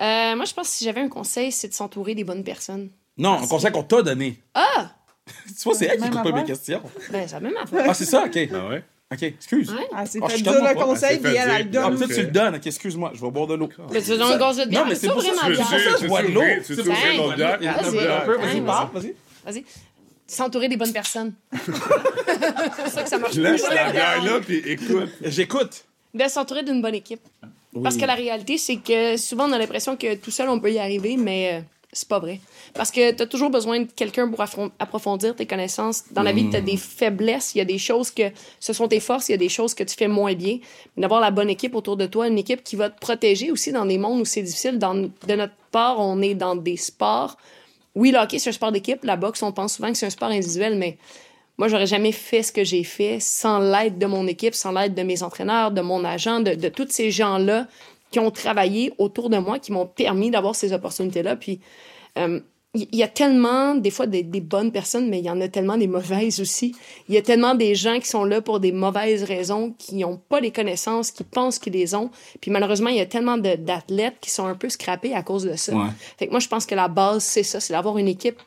[SPEAKER 2] Euh, moi, je pense que si j'avais un conseil, c'est de s'entourer des bonnes personnes.
[SPEAKER 1] Non, un conseil qu'on t'a donné.
[SPEAKER 2] Ah!
[SPEAKER 1] Tu vois, c'est elle qui
[SPEAKER 4] Même
[SPEAKER 1] écoute pas
[SPEAKER 4] affaire.
[SPEAKER 1] mes questions.
[SPEAKER 2] Ben, ça même affaire.
[SPEAKER 1] Ah, c'est ça, ok.
[SPEAKER 3] Ah ouais?
[SPEAKER 1] Ok, excuse.
[SPEAKER 2] Ouais.
[SPEAKER 4] Ah, c'est
[SPEAKER 1] Ah, je
[SPEAKER 4] fait
[SPEAKER 1] suis
[SPEAKER 4] dire
[SPEAKER 1] tellement
[SPEAKER 4] le
[SPEAKER 1] pas-
[SPEAKER 3] Ah,
[SPEAKER 4] conseil,
[SPEAKER 3] c'est
[SPEAKER 4] puis
[SPEAKER 3] fait
[SPEAKER 4] elle, elle
[SPEAKER 3] dire.
[SPEAKER 1] Ah,
[SPEAKER 4] donne.
[SPEAKER 1] peut-être tu le donnes. Ok, excuse-moi, je vais boire de l'eau.
[SPEAKER 2] Mais tu veux une gorge de bière?
[SPEAKER 1] Non, mais c'est
[SPEAKER 2] ça,
[SPEAKER 1] pour ça que
[SPEAKER 2] vraiment
[SPEAKER 3] Tu veux
[SPEAKER 2] Ah, bien.
[SPEAKER 1] pour ça,
[SPEAKER 3] tuer-
[SPEAKER 1] je
[SPEAKER 3] tu veux
[SPEAKER 1] bois de l'eau.
[SPEAKER 3] tuer- tu veux tuer
[SPEAKER 2] Ben,
[SPEAKER 3] l'autre blague?
[SPEAKER 2] vas-y.
[SPEAKER 3] L'autre blague.
[SPEAKER 2] Un peu, vas-y,
[SPEAKER 1] Vas-y,
[SPEAKER 2] parle,
[SPEAKER 1] parle, vas-y.
[SPEAKER 2] Vas-y. S'entourer des bonnes personnes. c'est pour ça que ça marche.
[SPEAKER 3] Je Laisse
[SPEAKER 2] plus.
[SPEAKER 3] la bière là, puis écoute.
[SPEAKER 1] J'écoute.
[SPEAKER 2] De s'entourer d'une bonne équipe. Parce
[SPEAKER 1] Oui.
[SPEAKER 2] que la réalité, c'est que souvent, on a l'impression que tout seul, on peut y arriver, mais euh, c'est pas vrai. Parce que t'as toujours besoin de quelqu'un pour affron- approfondir tes connaissances. Dans la vie, t'as des faiblesses, il y a des choses que ce sont tes forces, il y a des choses que tu fais moins bien. Mais D'avoir la bonne équipe autour de toi, une équipe qui va te protéger aussi dans des mondes où c'est difficile. Dans, de notre part, on est dans des sports. Oui, le hockey, c'est un sport d'équipe. La boxe, on pense souvent que c'est un sport individuel, mais moi, j'aurais jamais fait ce que j'ai fait sans l'aide de mon équipe, sans l'aide de mes entraîneurs, de mon agent, de, de tous ces gens-là qui ont travaillé autour de moi, qui m'ont permis d'avoir ces opportunités-là. Puis, euh, il il y a tellement, des fois, des, des bonnes personnes, mais il y en a tellement des mauvaises aussi. Il y a tellement des gens qui sont là pour des mauvaises raisons, qui n'ont pas les connaissances, qui pensent qu'ils les ont. Puis malheureusement, il y a tellement de- d'athlètes qui sont un peu scrappés à cause de ça.
[SPEAKER 1] Ouais.
[SPEAKER 2] Fait que moi, je pense que la base, c'est ça, c'est d'avoir une équipe,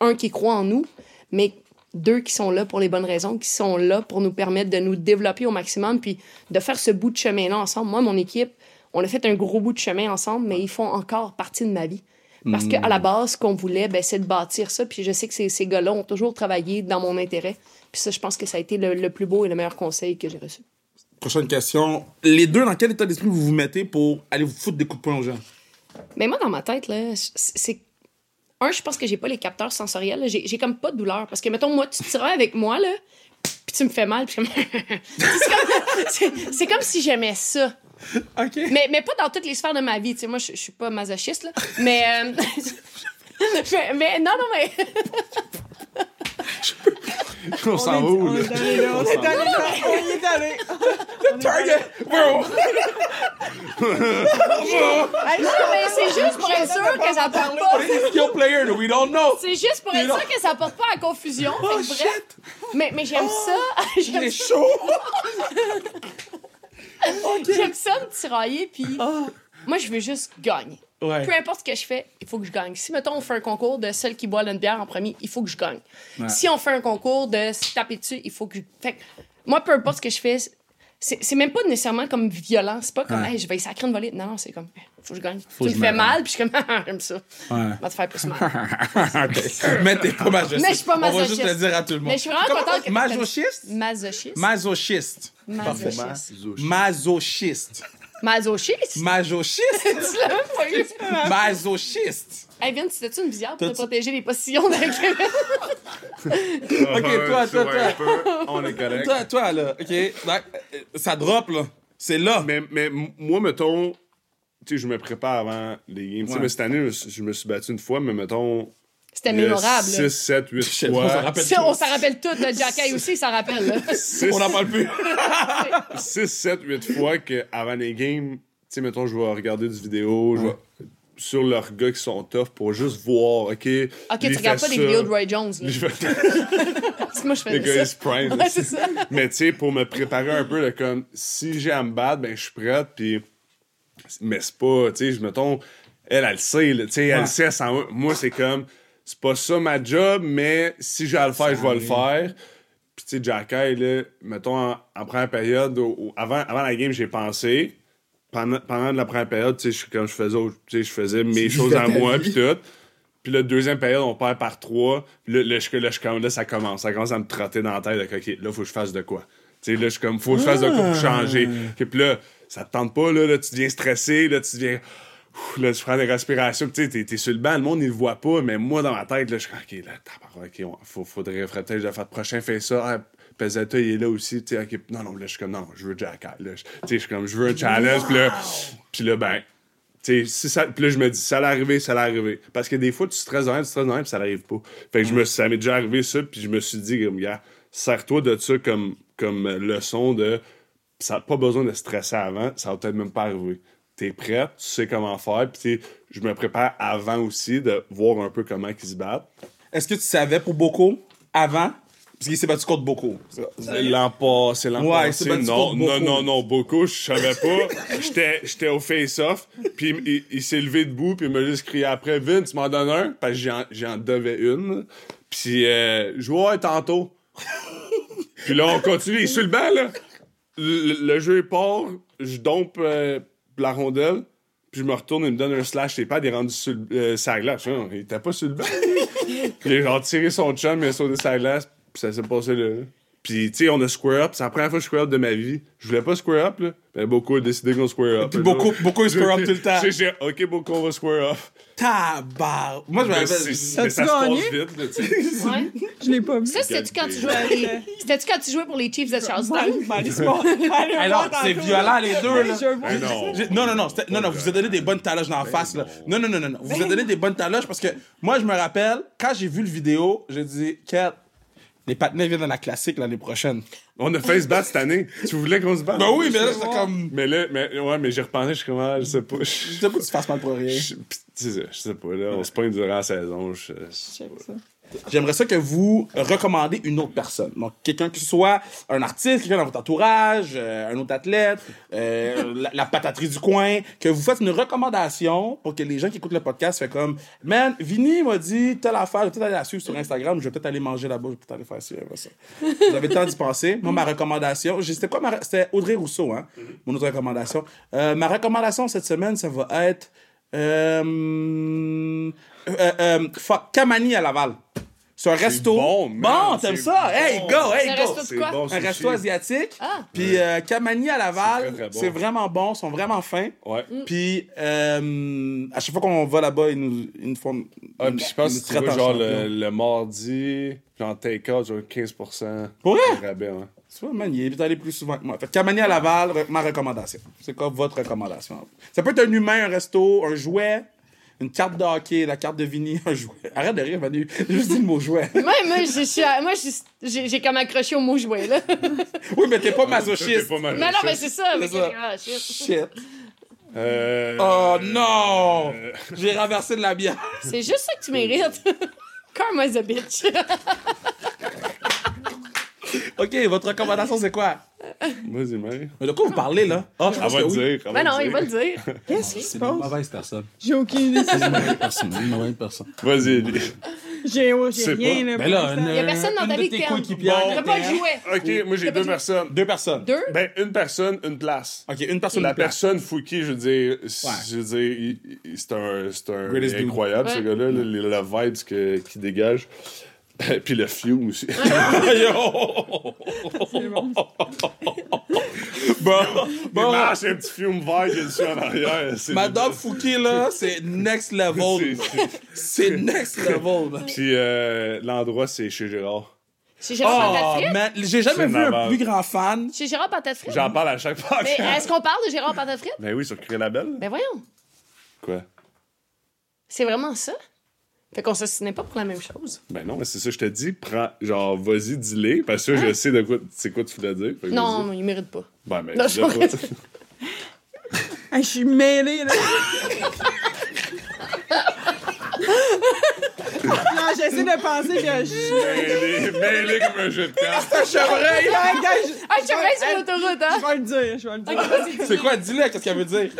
[SPEAKER 2] un qui croit en nous, mais deux qui sont là pour les bonnes raisons, qui sont là pour nous permettre de nous développer au maximum, puis de faire ce bout de chemin-là ensemble. Moi, mon équipe, on a fait un gros bout de chemin ensemble, mais ils font encore partie de ma vie. Parce qu'à la base, ce qu'on voulait, ben, c'est de bâtir ça. Puis je sais que ces, ces gars-là ont toujours travaillé dans mon intérêt. Puis ça, je pense que ça a été le, le plus beau et le meilleur conseil que j'ai reçu.
[SPEAKER 1] Prochaine question. Les deux, dans quel état d'esprit vous vous mettez pour aller vous foutre des coups de poing aux gens?
[SPEAKER 2] Mais moi, dans ma tête, là, c- c'est. Un, je pense que j'ai pas les capteurs sensoriels. là. J'ai j'ai comme pas de douleur. Parce que, mettons, moi, tu tirais avec moi, là, puis tu me fais mal, puis je suis comme... C'est comme- c'est- C'est comme si j'aimais ça.
[SPEAKER 1] Ok.
[SPEAKER 2] Mais, mais pas dans toutes les sphères de ma vie. Tu sais, moi, je je suis pas masochiste, là. Mais. euh, mais, mais- non, non, mais.
[SPEAKER 3] On
[SPEAKER 4] On est-
[SPEAKER 3] s'en va où,
[SPEAKER 4] on
[SPEAKER 3] là?
[SPEAKER 4] est allé là, on est allé là, on y est allé. Hey,
[SPEAKER 2] Non, mais c'est juste pour être sûr que ça porte pas.
[SPEAKER 1] Skill player, we don't know.
[SPEAKER 2] C'est juste pour être sûr que ça porte pas à confusion. Fait que
[SPEAKER 1] Oh
[SPEAKER 2] bref.
[SPEAKER 1] shit! Oh,
[SPEAKER 2] Mais, mais j'aime ça.
[SPEAKER 1] Il est
[SPEAKER 2] J'aime
[SPEAKER 1] chaud! Oh.
[SPEAKER 2] J'aime ça me tirailler, puis moi, je veux juste gagner.
[SPEAKER 1] Ouais.
[SPEAKER 2] Peu importe ce que je fais, il faut que je gagne. Si, mettons, on fait un concours de celle qui boit une bière en premier, il faut que je gagne.
[SPEAKER 1] Ouais.
[SPEAKER 2] Si on fait un concours de se taper dessus, il faut que je. Fait que moi, peu importe ce que je fais, c'est c'est même pas nécessairement comme violent. C'est pas comme,
[SPEAKER 1] Ouais.
[SPEAKER 2] hey, je vais sacrer une volée. Non, non, c'est comme, eh, faut que je gagne.
[SPEAKER 1] Faut que
[SPEAKER 2] tu
[SPEAKER 1] je
[SPEAKER 2] me fais
[SPEAKER 1] me
[SPEAKER 2] mal, puis je suis comme, Ah, j'aime ça.
[SPEAKER 1] Ouais.
[SPEAKER 2] Va te faire plus mal.
[SPEAKER 1] Ok. Mais t'es pas masochiste.
[SPEAKER 2] Mais je suis pas
[SPEAKER 1] On va
[SPEAKER 2] masochiste.
[SPEAKER 1] juste le dire à tout le monde.
[SPEAKER 2] Mais je suis vraiment
[SPEAKER 1] Comment-
[SPEAKER 2] contente que-
[SPEAKER 1] Masochiste?
[SPEAKER 2] Masochiste.
[SPEAKER 1] Masochiste.
[SPEAKER 2] Masochiste.
[SPEAKER 1] Parfait.
[SPEAKER 3] Zoche.
[SPEAKER 1] Masochiste.
[SPEAKER 2] Masochiste.
[SPEAKER 1] Masochiste.
[SPEAKER 2] Tu l'as même pas eu.
[SPEAKER 1] Masochiste.
[SPEAKER 2] Hey, Vin, c'était-tu une visière pour te
[SPEAKER 1] T'as-tu-
[SPEAKER 2] protéger les postillons d'un Québec?
[SPEAKER 3] Ok,
[SPEAKER 1] toi, toi, toi.
[SPEAKER 3] On est correct.
[SPEAKER 1] Toi, toi, là, OK? Ouais, euh, Ça drop, là. C'est là.
[SPEAKER 3] Mais, mais m- moi, mettons, tu sais, je me prépare avant les games. Tu sais,
[SPEAKER 1] Ouais.
[SPEAKER 3] mais cette année, je me suis- je me suis battu une fois, mais mettons.
[SPEAKER 2] C'était mémorable.
[SPEAKER 3] 6, 7, 8
[SPEAKER 1] sais pas, on s'en
[SPEAKER 3] fois.
[SPEAKER 1] rappelle
[SPEAKER 2] Si, on s'en rappelle tout, le Jacky aussi, il s'en rappelle. là.
[SPEAKER 1] On n'en parle plus.
[SPEAKER 3] 6, 7, 8 fois qu'avant les games, tu sais, mettons, je vais regarder du vidéo, je vais- sur leurs gars qui sont tough pour juste voir, OK.
[SPEAKER 2] Ok, tu regardes pas des vidéos de Roy Jones. là. Parce que moi, je
[SPEAKER 3] Le gars,
[SPEAKER 2] fais
[SPEAKER 3] il se
[SPEAKER 2] ça.
[SPEAKER 3] prime.
[SPEAKER 2] Ouais, c'est ça.
[SPEAKER 3] Mais tu sais, pour me préparer un peu, de comme si j'ai à me battre, ben je suis prête, puis. Mais c'est pas, tu sais, je mettons, elle, elle le sait, là, tu sais, elle le sait, elle s'en va. Moi, c'est comme, c'est pas ça ma job, mais si j'ai à le faire, je vais le faire. Puis tu sais, Jacky, là, mettons, en, en première période, au- au- avant, avant la game, j'ai pensé. Pendant, pendant la première période, tu sais, je suis comme je faisais, autre- tu sais, je faisais mes choses
[SPEAKER 1] vivais
[SPEAKER 3] à
[SPEAKER 1] ta
[SPEAKER 3] moi,
[SPEAKER 1] vie.
[SPEAKER 3] puis tout. Puis la deuxième période, on perd par trois. Puis Là, là, je- là, je commence- là, ça commence. Ça commence à me trotter dans la tête. Là, que, OK, là, faut que je fasse de quoi. Tu sais, là, je suis comme, faut que je fasse de quoi pour changer. Et puis là, ça te tente pas, là, là, tu deviens stressé, là, tu deviens... Ouh, Là, tu prends des respirations, puis tu sais, t'es- t'es sur le banc, le monde, il le voit pas, mais moi, dans ma tête, là, je suis comme, OK, là, tabarouette, OK, on- faut, faudrait, faudrait peut-être le faire prochain, fais ça, ah, Pesetta, il est là aussi, tu sais, OK, non, non, là, je suis comme, non, non, je veux Jack, là, je- tu sais, je suis comme, je veux un challenge, puis là, puis là, ben, tu sais, si ça, puis là, je me dis, ça allait arriver, ça allait arriver. Parce que des fois, tu stresses dans rien, tu stresses dans rien, puis ça n'arrive pas. Fait que je me, suis- ça m'est déjà arrivé ça, puis je me suis dit, comme, gars, sers-toi de ça comme, comme euh, leçon de, ça n'a pas besoin de stresser avant, ça va peut-être même pas arriver. T'es prête, tu sais comment faire, puis tu sais, je me prépare avant aussi de voir un peu comment ils se battent.
[SPEAKER 1] Est-ce que tu savais pour Boko avant? Parce qu'il s'est battu contre Boko.
[SPEAKER 3] L'an passé, l'an
[SPEAKER 1] Ouais, c'est
[SPEAKER 3] passé,
[SPEAKER 1] pas du
[SPEAKER 3] non,
[SPEAKER 1] tout
[SPEAKER 3] non,
[SPEAKER 1] beaucoup.
[SPEAKER 3] non, non, beaucoup, je savais pas. J'étais j'étais au face-off, puis il, il- il s'est levé debout, puis il m'a juste crié après, Vin, tu m'en donnes un, parce que j'en- j'en devais une. Puis euh, je vois tantôt. puis là, on continue, il est sur le banc, là. Le, le jeu est part, je dompe euh, la rondelle, puis je me retourne, il me donne un slash, ses pads, il est rendu sur le- euh, sur la glace. Je dis, Non, Il était pas sur le banc, lui. Puis il a genre tiré son chum, il a sauté sa glace, puis ça s'est passé là. Puis, tu sais, on a square up. C'est la première fois que je square up de ma vie. Je voulais pas square up, là. Mais beaucoup a décidé qu'on square up.
[SPEAKER 1] Puis Boko- Boko, il square up tout le temps.
[SPEAKER 3] J'ai- j'ai- OK, beaucoup, on va square up.
[SPEAKER 1] Tabar. Moi, je me
[SPEAKER 3] Mais c'est-
[SPEAKER 1] rappelle.
[SPEAKER 3] mais ça se
[SPEAKER 4] gagné?
[SPEAKER 3] passe vite, là, tu sais.
[SPEAKER 2] Ouais.
[SPEAKER 4] Je l'ai pas vu.
[SPEAKER 2] Ça, c'était-tu quand tu jouais pour les- c'était-tu quand tu jouais pour les Chiefs de Charleston?
[SPEAKER 1] Alors, c'est violent, les deux, là.
[SPEAKER 3] Ben non.
[SPEAKER 1] J'ai- Non, non, non, c'était- non, non, vous vous êtes donné des bonnes taloches dans la face, là. Non, non, non, Ben non, non. Vous vous êtes donné des bonnes taloches parce que moi, je me rappelle, quand j'ai vu le vidéo, j'ai dit, Kat, les patinets viennent dans la classique l'année prochaine.
[SPEAKER 3] On a failli se battre cette année. Tu voulais qu'on se batte?
[SPEAKER 1] Ben oui, mais là, c'est comme.
[SPEAKER 3] Mais là, mais, ouais, mais j'ai repensé, je suis comme, ah, je sais pas.
[SPEAKER 1] Je
[SPEAKER 3] Je,
[SPEAKER 1] sais pas que tu fasses mal pour rien.
[SPEAKER 3] je- pis tu sais, je sais pas, là, on se pointe durant la saison. je-
[SPEAKER 1] J'aimerais ça que vous recommandiez une autre personne. Donc, quelqu'un qui soit un artiste, quelqu'un dans votre entourage, euh, un autre athlète, euh, la, la pataterie du coin, que vous fassiez une recommandation pour que les gens qui écoutent le podcast fait comme « Man, Vinny m'a dit telle affaire, je vais peut-être aller la suivre sur Instagram, je vais peut-être aller manger là-bas, je vais peut-être aller faire ci, aller faire ça. » Vous avez le temps d'y penser. Moi, ma recommandation, j'ai- c'était quoi ma... re- C'était Audrey Rousseau, hein, mon autre recommandation. Euh, ma recommandation cette semaine, ça va être... Euh, euh, euh, fuck, Kamani à Laval. C'est un resto.
[SPEAKER 3] bon, man,
[SPEAKER 1] Bon, t'aimes
[SPEAKER 3] c'est
[SPEAKER 1] ça?
[SPEAKER 3] bon.
[SPEAKER 1] Hey, go, hey,
[SPEAKER 2] Un
[SPEAKER 1] go!
[SPEAKER 2] resto de quoi?
[SPEAKER 1] Un
[SPEAKER 3] sushi.
[SPEAKER 1] resto asiatique.
[SPEAKER 2] Ah.
[SPEAKER 1] Puis euh, Kamani à
[SPEAKER 3] C'est
[SPEAKER 1] Laval,
[SPEAKER 3] très, très bon.
[SPEAKER 1] c'est vraiment bon, ils sont vraiment fins.
[SPEAKER 3] Ouais.
[SPEAKER 2] Mm.
[SPEAKER 1] Puis euh, à chaque fois qu'on va là-bas, ils nous, ils nous font.
[SPEAKER 3] Ah,
[SPEAKER 1] une-
[SPEAKER 3] puis je pense
[SPEAKER 1] une
[SPEAKER 3] que tu vois,
[SPEAKER 1] traite en
[SPEAKER 3] genre,
[SPEAKER 1] champion.
[SPEAKER 3] le, le mardi, genre, take-out, genre, 15%
[SPEAKER 1] Pour vrai?
[SPEAKER 3] de rabais, ouais.
[SPEAKER 1] Tu vois, man, il est allé plus souvent que moi. Fait que Kamani à Laval, re- ma recommandation. C'est quoi votre recommandation? Ça peut être un humain, un resto, un jouet, une carte de hockey, la carte de Vinny, un jouet. Arrête de rire, Manu. J'ai Juste dit le mot jouet.
[SPEAKER 2] Moi, moi, je suis à- moi, je suis- j'ai j'ai comme accroché au mot jouet, là.
[SPEAKER 1] Oui, mais t'es pas
[SPEAKER 3] Ah, T'es
[SPEAKER 1] masochiste.
[SPEAKER 3] pas mal.
[SPEAKER 2] Mais non, mais c'est ça. mais
[SPEAKER 1] C'est ça.
[SPEAKER 2] c'est- ah, shit.
[SPEAKER 1] Shit.
[SPEAKER 3] Euh,
[SPEAKER 1] Oh non! J'ai renversé de la bière.
[SPEAKER 2] C'est juste ça que tu mérites. Karma's a bitch.
[SPEAKER 1] OK, votre recommandation, c'est quoi?
[SPEAKER 3] Vas-y, Marie.
[SPEAKER 1] Mais de quoi vous parlez, là? Ah, je
[SPEAKER 3] Elle
[SPEAKER 1] pense
[SPEAKER 3] va
[SPEAKER 1] que
[SPEAKER 3] le
[SPEAKER 1] oui.
[SPEAKER 3] dire. elle
[SPEAKER 2] Ben non,
[SPEAKER 3] le
[SPEAKER 2] il va le dire.
[SPEAKER 4] Qu'est-ce qui se
[SPEAKER 6] C'est une
[SPEAKER 4] passe?
[SPEAKER 6] mauvaise personne.
[SPEAKER 4] J'ai aucune idée.
[SPEAKER 6] C'est une mauvaise personne. C'est une mauvaise personne.
[SPEAKER 3] Vas-y, Ellie.
[SPEAKER 4] J'ai oh, j'ai
[SPEAKER 3] C'est pas-
[SPEAKER 4] rien, là.
[SPEAKER 6] Mais
[SPEAKER 4] pour
[SPEAKER 6] là,
[SPEAKER 4] l'instant.
[SPEAKER 6] une-
[SPEAKER 2] Il y a personne dans
[SPEAKER 6] une
[SPEAKER 2] ta
[SPEAKER 6] de
[SPEAKER 2] vie
[SPEAKER 6] tes
[SPEAKER 2] qui t'aime.
[SPEAKER 1] coéquipières.
[SPEAKER 3] Oh,
[SPEAKER 2] T'as pas le jouet.
[SPEAKER 3] OK, moi, j'ai deux personnes.
[SPEAKER 1] Deux personnes.
[SPEAKER 2] Deux?
[SPEAKER 3] Ben, une personne, une place.
[SPEAKER 1] OK, une personne
[SPEAKER 3] La
[SPEAKER 1] de place.
[SPEAKER 3] personne Fouki, je veux dire, c- je veux dire, il- il- c'est un, c'est un il
[SPEAKER 1] Greatest
[SPEAKER 3] est
[SPEAKER 1] dude.
[SPEAKER 3] incroyable ce
[SPEAKER 2] Ouais.
[SPEAKER 3] gars-là, le, le- le vibe que- qu'il dégage. Puis le fume aussi.
[SPEAKER 1] Yo! bon,
[SPEAKER 3] Il
[SPEAKER 1] bon.
[SPEAKER 3] marche un petit fume vert qu'il y a dessus en arrière. c'est-
[SPEAKER 1] Madame Fouki, là, c'est next
[SPEAKER 3] c'est-
[SPEAKER 1] level.
[SPEAKER 3] c'est-
[SPEAKER 1] C'est next level. man.
[SPEAKER 3] Puis euh, l'endroit, c'est chez Gérard.
[SPEAKER 2] Chez Gérard
[SPEAKER 1] Oh,
[SPEAKER 2] Patate Frite.
[SPEAKER 1] man, j'ai jamais
[SPEAKER 3] C'est
[SPEAKER 1] vu un
[SPEAKER 3] navrant.
[SPEAKER 1] plus grand fan.
[SPEAKER 2] Chez Gérard Patate Frite.
[SPEAKER 3] J'en parle à chaque fois.
[SPEAKER 2] Mais est-ce qu'on parle de Gérard Patate Frite?
[SPEAKER 3] Ben oui, sur Crée la Belle.
[SPEAKER 2] Ben voyons.
[SPEAKER 3] Quoi?
[SPEAKER 2] C'est vraiment ça? Fait qu'on s'assinait pas pour la même chose.
[SPEAKER 3] Ben non, mais c'est ça, je te dis, prends, genre, vas-y, dis-les, parce que je sais de quoi, c'est quoi tu voulais dire. Fait que
[SPEAKER 2] Non,
[SPEAKER 3] vas-y.
[SPEAKER 2] mais il mérite pas.
[SPEAKER 3] Ben, mais.
[SPEAKER 2] Non, je m'arrête.
[SPEAKER 4] Ah, je suis mêlée, là. non, j'essaie de penser que je.
[SPEAKER 3] Mêlé, mêlé comme un jeu de cartes.
[SPEAKER 1] Chevreuil!
[SPEAKER 4] Ah, gars, je-
[SPEAKER 2] Ah, je suis allée sur l'autoroute, hein?
[SPEAKER 4] Je vais le dire, je vais le dire.
[SPEAKER 1] C'est quoi? Dis-le, qu'est-ce qu'elle veut dire?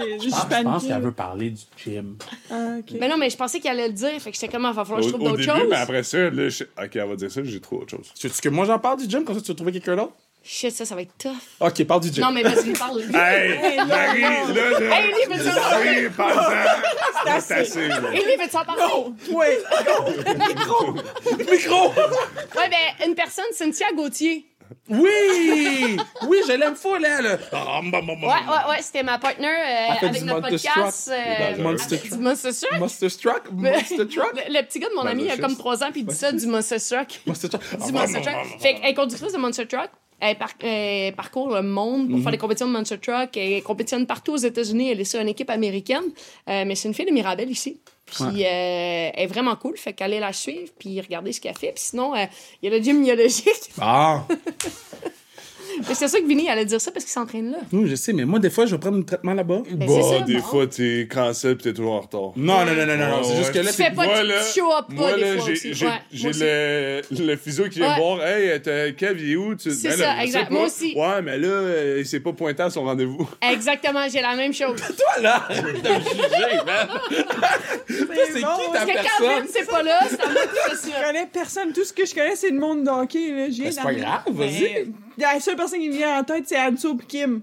[SPEAKER 6] Je
[SPEAKER 4] Je
[SPEAKER 6] pense- je
[SPEAKER 4] suis
[SPEAKER 6] pense
[SPEAKER 4] paniquée.
[SPEAKER 6] qu'elle veut parler du gym.
[SPEAKER 4] Ah, ok.
[SPEAKER 2] Mais non, mais je pensais qu'il allait le dire. Fait que j'étais comme, il va falloir que je
[SPEAKER 3] Au,
[SPEAKER 2] trouve
[SPEAKER 3] au
[SPEAKER 2] d'autres
[SPEAKER 3] début,
[SPEAKER 2] choses.
[SPEAKER 3] mais après ça, là, je... ok, on va dire ça, j'ai trop autre chose.
[SPEAKER 1] Tu veux que moi j'en parle du gym, comme ça tu veux trouver quelqu'un d'autre?
[SPEAKER 2] Shit, ça, ça va être tough.
[SPEAKER 1] Ok, parle du gym.
[SPEAKER 2] Non, mais vas-y, parle.
[SPEAKER 3] Hey, Marie, là, là,
[SPEAKER 2] Hey, Ellie, veux-tu en parler?
[SPEAKER 3] Marie, parle-en. C'est assez, là.
[SPEAKER 2] Ellie, veux-tu en parler?
[SPEAKER 4] Ouais.
[SPEAKER 1] Micro!
[SPEAKER 2] Ouais, ben, une personne, Cynthia Gauthier.
[SPEAKER 1] Oui! Oui, je l'aime hein, fou, là, là.
[SPEAKER 3] Ah,
[SPEAKER 2] Ouais, ouais, ouais, c'était ma partner euh,
[SPEAKER 1] Elle fait
[SPEAKER 2] avec
[SPEAKER 1] du
[SPEAKER 2] notre
[SPEAKER 1] Monster
[SPEAKER 2] podcast.
[SPEAKER 1] Truck.
[SPEAKER 2] euh,
[SPEAKER 3] Dans un-
[SPEAKER 1] Monster
[SPEAKER 2] avec du Monster Truck.
[SPEAKER 1] Monster Truck? Monster Truck?
[SPEAKER 2] Le, le petit gars de mon ami, il a
[SPEAKER 3] Massachusetts.
[SPEAKER 2] comme 3 ans, puis il dit ça, du Monster Truck.
[SPEAKER 1] Monster
[SPEAKER 3] Ah,
[SPEAKER 1] Truck? Ah,
[SPEAKER 2] du Monster Truck. Fait qu'elle est conductrice de Monster Truck. Elle, par- elle parcourt le monde
[SPEAKER 3] Mhm.
[SPEAKER 2] pour faire des compétitions de Monster Truck. Elle compétitionne partout aux États-Unis. Elle est sur une équipe américaine. Euh, mais c'est une fille de Mirabel ici. Puis euh, elle est vraiment cool. Fait qu'allez la suivre puis regardez ce qu'elle fait. Puis sinon, euh, il y a le gym myologique.
[SPEAKER 1] Ah!
[SPEAKER 2] mais c'est sûr que Vinny allait dire ça parce qu'il s'entraîne là.
[SPEAKER 1] Oui, je sais, mais moi, des fois, je vais prendre mon traitement là-bas.
[SPEAKER 2] Ben, c'est
[SPEAKER 3] Bon,
[SPEAKER 2] ça,
[SPEAKER 3] des
[SPEAKER 2] bon.
[SPEAKER 3] fois, t'es cancel pis t'es toujours en retard.
[SPEAKER 1] Non, non, non, non, non,
[SPEAKER 3] Ouais,
[SPEAKER 1] c'est juste que
[SPEAKER 3] ouais.
[SPEAKER 1] là,
[SPEAKER 2] Tu fais
[SPEAKER 1] t'es...
[SPEAKER 2] pas
[SPEAKER 3] Moi,
[SPEAKER 2] de
[SPEAKER 3] là,
[SPEAKER 2] show up,
[SPEAKER 3] Moi,
[SPEAKER 2] pas des
[SPEAKER 3] là,
[SPEAKER 2] fois
[SPEAKER 3] j'ai-
[SPEAKER 2] aussi.
[SPEAKER 3] j'ai
[SPEAKER 2] Ouais, moi
[SPEAKER 3] j'ai
[SPEAKER 2] aussi.
[SPEAKER 3] le, le physio qui vient
[SPEAKER 2] Ouais.
[SPEAKER 3] voir. Hey, euh, t'as Kev, il est où? Tu-
[SPEAKER 2] C'est
[SPEAKER 3] Ben,
[SPEAKER 2] ça,
[SPEAKER 3] là, je sais
[SPEAKER 2] exact.
[SPEAKER 3] pas.
[SPEAKER 2] Moi aussi.
[SPEAKER 3] Ouais, mais là, euh, il s'est pas pointé à son rendez-vous.
[SPEAKER 2] Exactement, j'ai la même chose.
[SPEAKER 1] Toi, là! T'as me jugé, man! C'est qui
[SPEAKER 4] bon, parce
[SPEAKER 1] ta
[SPEAKER 2] Parce que quand
[SPEAKER 1] personne?
[SPEAKER 2] Vin, c'est pas là, c'est à moi que je suis
[SPEAKER 4] Je connais personne. Tout ce que je connais, c'est le monde d'hockey. là. J'ai
[SPEAKER 1] Mais c'est pas
[SPEAKER 4] dans-
[SPEAKER 1] grave, vas-y.
[SPEAKER 4] Ben, La seule personne qui me vient en tête, c'est Anso et Kim.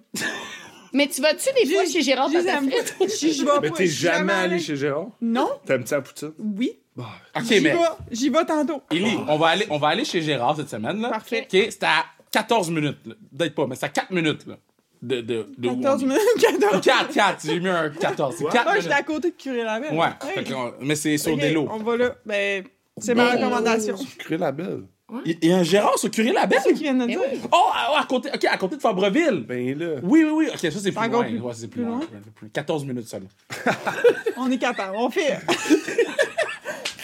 [SPEAKER 2] Mais tu vas-tu des fois chez Gérard
[SPEAKER 4] Je les
[SPEAKER 2] Patate
[SPEAKER 4] aime
[SPEAKER 2] Frite?
[SPEAKER 4] pas. Je- je vais pas.
[SPEAKER 3] Mais
[SPEAKER 4] Je
[SPEAKER 3] t'es
[SPEAKER 4] suis
[SPEAKER 3] jamais allé chez Gérard?
[SPEAKER 4] Non,
[SPEAKER 3] T'aimes-tu la poutine?
[SPEAKER 4] oui.
[SPEAKER 1] Ok,
[SPEAKER 4] J'y
[SPEAKER 1] mais...
[SPEAKER 4] vais. J'y vais tantôt.
[SPEAKER 1] Élie, on va aller, on va aller chez Gérard cette semaine, là.
[SPEAKER 4] Parfait.
[SPEAKER 1] OK, c'est à 14 minutes, là. Peut-être pas, mais c'est à 4 minutes, là. De, de, de où on
[SPEAKER 4] 14
[SPEAKER 1] est.
[SPEAKER 4] minutes, 14
[SPEAKER 1] 4, 4, j'ai mis un 14. c'est 4
[SPEAKER 4] Moi,
[SPEAKER 1] minutes.
[SPEAKER 4] j'étais à côté de curer la belle.
[SPEAKER 1] Ouais, fait qu'on- mais c'est sur des lots.
[SPEAKER 4] On va là. Ben, c'est ma recommandation. C'est
[SPEAKER 3] Crée la belle.
[SPEAKER 1] Il il y a un Gérard sur Curie-la-Belle?
[SPEAKER 4] ce qu'ils viennent de
[SPEAKER 2] Eh
[SPEAKER 4] dire.
[SPEAKER 2] oui.
[SPEAKER 1] Oh, à, à côté, ok, à côté de Fabreville.
[SPEAKER 3] Ben là.
[SPEAKER 1] Oui, oui, oui. Ok, ça c'est plus
[SPEAKER 4] Encore
[SPEAKER 1] loin.
[SPEAKER 4] plus-
[SPEAKER 1] Ouais, c'est plus,
[SPEAKER 4] plus
[SPEAKER 1] loin.
[SPEAKER 4] loin?
[SPEAKER 1] Plus- 14 minutes seulement.
[SPEAKER 4] On est capable. On fait.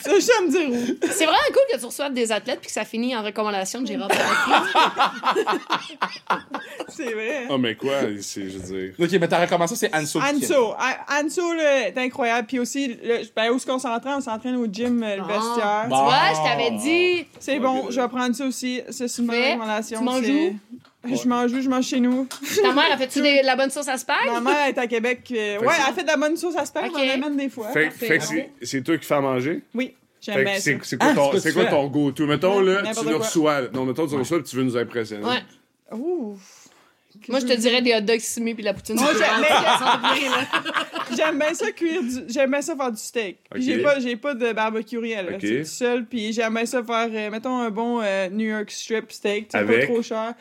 [SPEAKER 4] Ça, je sais me dire où.
[SPEAKER 2] C'est vraiment cool que tu reçoives des athlètes puis que ça finit en recommandation de Gérard
[SPEAKER 3] Ah.
[SPEAKER 2] Patate Frite.
[SPEAKER 4] C'est vrai.
[SPEAKER 3] Ah, mais quoi, c'est, je veux dire.
[SPEAKER 1] Ok, mais ta recommandation c'est Anso.
[SPEAKER 4] Anso, A- Anso là, est incroyable. Puis aussi, le- ben, où est-ce qu'on s'entraîne? On s'entraîne au gym, euh, le
[SPEAKER 2] Ah.
[SPEAKER 4] vestiaire.
[SPEAKER 2] Tu vois, je t'avais dit.
[SPEAKER 4] C'est bon, je vais prendre ça aussi. Ça, C'est une bonne
[SPEAKER 2] Fait.
[SPEAKER 4] recommandation.
[SPEAKER 2] Tu manges
[SPEAKER 4] c'est- Je mange où? Je mange chez nous.
[SPEAKER 2] Ta mère, a fait-tu des- la bonne sauce à spag?
[SPEAKER 4] Ma mère est à Québec. euh, ouais, elle fait de la bonne sauce à spag,
[SPEAKER 2] Ok.
[SPEAKER 4] on amène des fois.
[SPEAKER 3] Fait,
[SPEAKER 2] Ah, parfait.
[SPEAKER 3] fait que c'est, c'est toi qui fais à manger?
[SPEAKER 4] Oui, j'aime
[SPEAKER 3] Fait
[SPEAKER 4] bien
[SPEAKER 3] que
[SPEAKER 4] ça.
[SPEAKER 3] c'est, c'est quoi
[SPEAKER 1] Ah,
[SPEAKER 3] ton,
[SPEAKER 1] c'est
[SPEAKER 3] c'est
[SPEAKER 1] quoi
[SPEAKER 3] quoi
[SPEAKER 1] tu
[SPEAKER 3] ton go-to? Mettons, là, tu
[SPEAKER 4] N'importe
[SPEAKER 3] le
[SPEAKER 4] quoi.
[SPEAKER 3] reçois. Non, mettons, tu le reçois et tu veux nous impressionner.
[SPEAKER 2] Ouais.
[SPEAKER 4] Ouf.
[SPEAKER 2] Moi, je te dirais des hot dogs simés puis de la poutine.
[SPEAKER 4] Moi, j'ai- mais-
[SPEAKER 2] mais...
[SPEAKER 4] J'aime bien ça cuire du... J'aime bien ça faire du steak. Puis
[SPEAKER 3] Ok.
[SPEAKER 4] j'ai pas, j'ai pas de barbecue réel. là.
[SPEAKER 3] Ok.
[SPEAKER 4] C'est tout seul. Puis j'aime bien ça faire, euh, mettons, un bon euh, New York strip steak. C'est pas
[SPEAKER 3] Avec?
[SPEAKER 4] trop cher.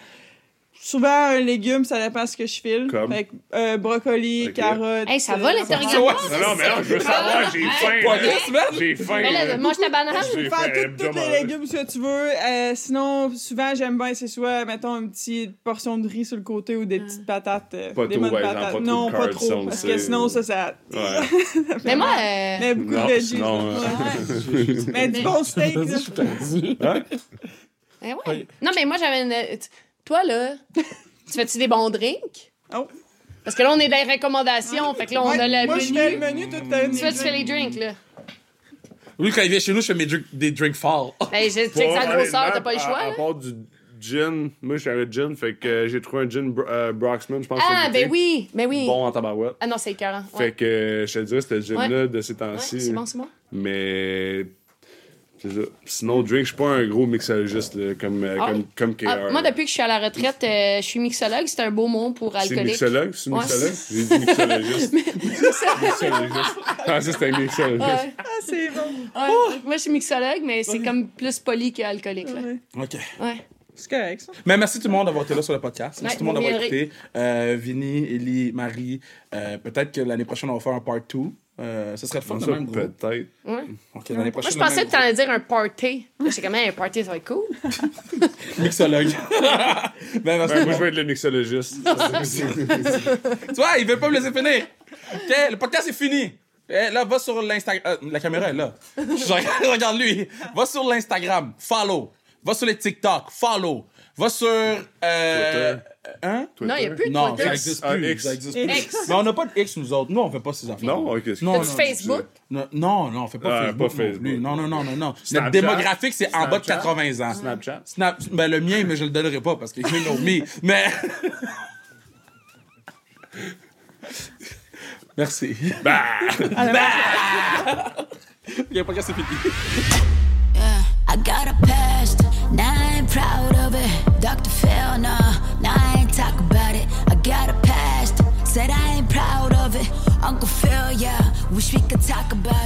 [SPEAKER 4] Souvent, un légume, ça dépend ce que je file.
[SPEAKER 3] Comme?
[SPEAKER 4] Fait que, euh, brocoli,
[SPEAKER 3] Ok.
[SPEAKER 4] carottes.
[SPEAKER 2] Hey, ça
[SPEAKER 4] euh,
[SPEAKER 2] va l'interrogatoire?
[SPEAKER 1] Ouais.
[SPEAKER 3] Non, non, mais non, je veux savoir, j'ai faim.
[SPEAKER 1] Pas
[SPEAKER 3] là.
[SPEAKER 1] deux semaines?
[SPEAKER 3] J'ai faim.
[SPEAKER 2] Mais là,
[SPEAKER 3] là.
[SPEAKER 2] mange ta banane.
[SPEAKER 3] J'ai faim,
[SPEAKER 4] Faire tout- tous les
[SPEAKER 3] hebdomadaire.
[SPEAKER 4] légumes que tu veux. Euh, sinon, souvent, j'aime bien, c'est soit, mettons, une petite portion de riz sur le côté ou des
[SPEAKER 2] Ah.
[SPEAKER 4] petites patates. euh,
[SPEAKER 3] Pas
[SPEAKER 4] des
[SPEAKER 3] trop,
[SPEAKER 4] bonnes
[SPEAKER 3] ouais, genre,
[SPEAKER 4] patates.
[SPEAKER 3] pas trop de
[SPEAKER 4] non, pas
[SPEAKER 3] carbs, ça,
[SPEAKER 4] trop.
[SPEAKER 3] on
[SPEAKER 4] Parce
[SPEAKER 3] sait.
[SPEAKER 4] que sinon, ça, ça.
[SPEAKER 3] Ouais.
[SPEAKER 2] Mais moi, euh,
[SPEAKER 4] Mais beaucoup
[SPEAKER 3] Non,
[SPEAKER 4] de veggies.
[SPEAKER 3] sinon,
[SPEAKER 4] là.
[SPEAKER 3] euh,
[SPEAKER 4] Ouais. Mais du bon steak, là.
[SPEAKER 2] eh ouais. Non, mais moi, j'avais une. tu- Toi, là, tu fais-tu des bons drinks?
[SPEAKER 4] Oh.
[SPEAKER 2] Parce que là, on est dans les recommandations. Fait que là, on
[SPEAKER 4] Ouais,
[SPEAKER 2] a le
[SPEAKER 4] Moi, je fais le
[SPEAKER 2] menu.
[SPEAKER 4] menu tout à l'heure.
[SPEAKER 2] Tu fais, tu fais les drinks, là.
[SPEAKER 1] Lui, quand il vient chez nous, je fais mes drinks, des drinks forts.
[SPEAKER 2] Ben, je- tu sais que
[SPEAKER 3] Bon,
[SPEAKER 2] sa
[SPEAKER 3] honnêtement,
[SPEAKER 2] grosseur, t'as pas le
[SPEAKER 3] à-
[SPEAKER 2] choix, hein?
[SPEAKER 3] À,
[SPEAKER 2] là.
[SPEAKER 3] part du, gin. Moi, j'avais gin, fait que euh, j'ai trouvé un gin Bro- euh, Broxman, je pense.
[SPEAKER 2] Ah,
[SPEAKER 3] sur le
[SPEAKER 2] ben
[SPEAKER 3] boutique.
[SPEAKER 2] oui, ben oui.
[SPEAKER 3] Bon en tabarouette.
[SPEAKER 2] Ah non, c'est écœurant. Ouais.
[SPEAKER 3] Fait que euh, je te dirais, c'était le gin-là
[SPEAKER 2] Ouais.
[SPEAKER 3] de ces
[SPEAKER 2] Ouais,
[SPEAKER 3] temps-ci.
[SPEAKER 2] c'est bon, c'est bon.
[SPEAKER 3] Mais. c'est ça. Sinon, Drake, je suis pas un gros mixologiste là, comme, euh,
[SPEAKER 2] Ah.
[SPEAKER 3] comme, comme KR.
[SPEAKER 2] Ah, moi,
[SPEAKER 3] là.
[SPEAKER 2] depuis que je suis à la retraite, euh, je suis mixologue. C'est un beau mot pour
[SPEAKER 3] C'est
[SPEAKER 2] alcoolique.
[SPEAKER 3] mixologue, c'est
[SPEAKER 2] Ouais.
[SPEAKER 3] mixologue. J'ai dit mixologiste. mixologiste. Ah, ça, c'est un mixologiste.
[SPEAKER 2] Ouais,
[SPEAKER 4] Ah, c'est bon.
[SPEAKER 2] ouais. Moi, je suis mixologue, mais c'est comme plus poli qu'alcoolique. là.
[SPEAKER 4] Ouais.
[SPEAKER 1] OK.
[SPEAKER 2] Ouais.
[SPEAKER 4] C'est correct, ça.
[SPEAKER 1] Mais merci tout le monde d'avoir été là sur le podcast. Merci
[SPEAKER 2] Ouais,
[SPEAKER 1] tout le monde d'avoir
[SPEAKER 2] vous viendrez.
[SPEAKER 1] écouté. Euh, Vinny, Ellie, Marie. euh, Peut-être que l'année prochaine, on va faire un part 2. Euh, ce serait le fun
[SPEAKER 3] Ça,
[SPEAKER 1] de même groupe.
[SPEAKER 3] Peut-être.
[SPEAKER 1] OK,
[SPEAKER 2] Ouais.
[SPEAKER 1] l'année
[SPEAKER 2] Moi, je
[SPEAKER 1] prochaine. le
[SPEAKER 2] pensais
[SPEAKER 1] même
[SPEAKER 2] que t'allais dire un party. J'étais comme, Hey, un party, ça va être cool.
[SPEAKER 1] groupe. Mixologue. ben, merci.
[SPEAKER 3] Ben, moi, je vais être le mixologiste.
[SPEAKER 1] Tu vois, il veut pas me laisser finir. OK, le podcast est fini. Eh, là, va sur l'Instagram. la caméra est là. Je regarde lui. Va sur l'Instagram. Follow. Va sur les TikTok. Follow. Va sur. euh,
[SPEAKER 3] Twitter.
[SPEAKER 1] Hein?
[SPEAKER 2] Non, il n'y a plus de
[SPEAKER 1] Non,
[SPEAKER 2] Twitter.
[SPEAKER 1] ça existe
[SPEAKER 3] Ah,
[SPEAKER 1] plus.
[SPEAKER 3] X.
[SPEAKER 1] Ça existe plus.
[SPEAKER 2] X.
[SPEAKER 1] Mais on n'a pas de X, nous autres. Nous, on fait pas ces affaires.
[SPEAKER 3] Non, ok. c'est-
[SPEAKER 1] Non,
[SPEAKER 2] T'as-tu
[SPEAKER 1] non,
[SPEAKER 2] Facebook?
[SPEAKER 1] Non, non, non, on fait pas
[SPEAKER 3] Ah,
[SPEAKER 1] Facebook.
[SPEAKER 3] pas
[SPEAKER 1] non
[SPEAKER 3] Facebook.
[SPEAKER 1] plus. Non, non, non, non, non.
[SPEAKER 3] Snapchat?
[SPEAKER 1] Notre démographique, c'est en bas de
[SPEAKER 3] Snapchat?
[SPEAKER 1] 80 ans.
[SPEAKER 3] Snapchat.
[SPEAKER 1] Snap, ben le mien, mais je le donnerai pas parce que you know me. Mais. Merci. Bah! Bah! Ok, podcast, c'est fini.
[SPEAKER 5] I got a past, now I ain't proud of it. Dr. Phil, no, now I ain't talk about it. I got a past, said I ain't proud of it. Uncle Phil, yeah, wish we could talk about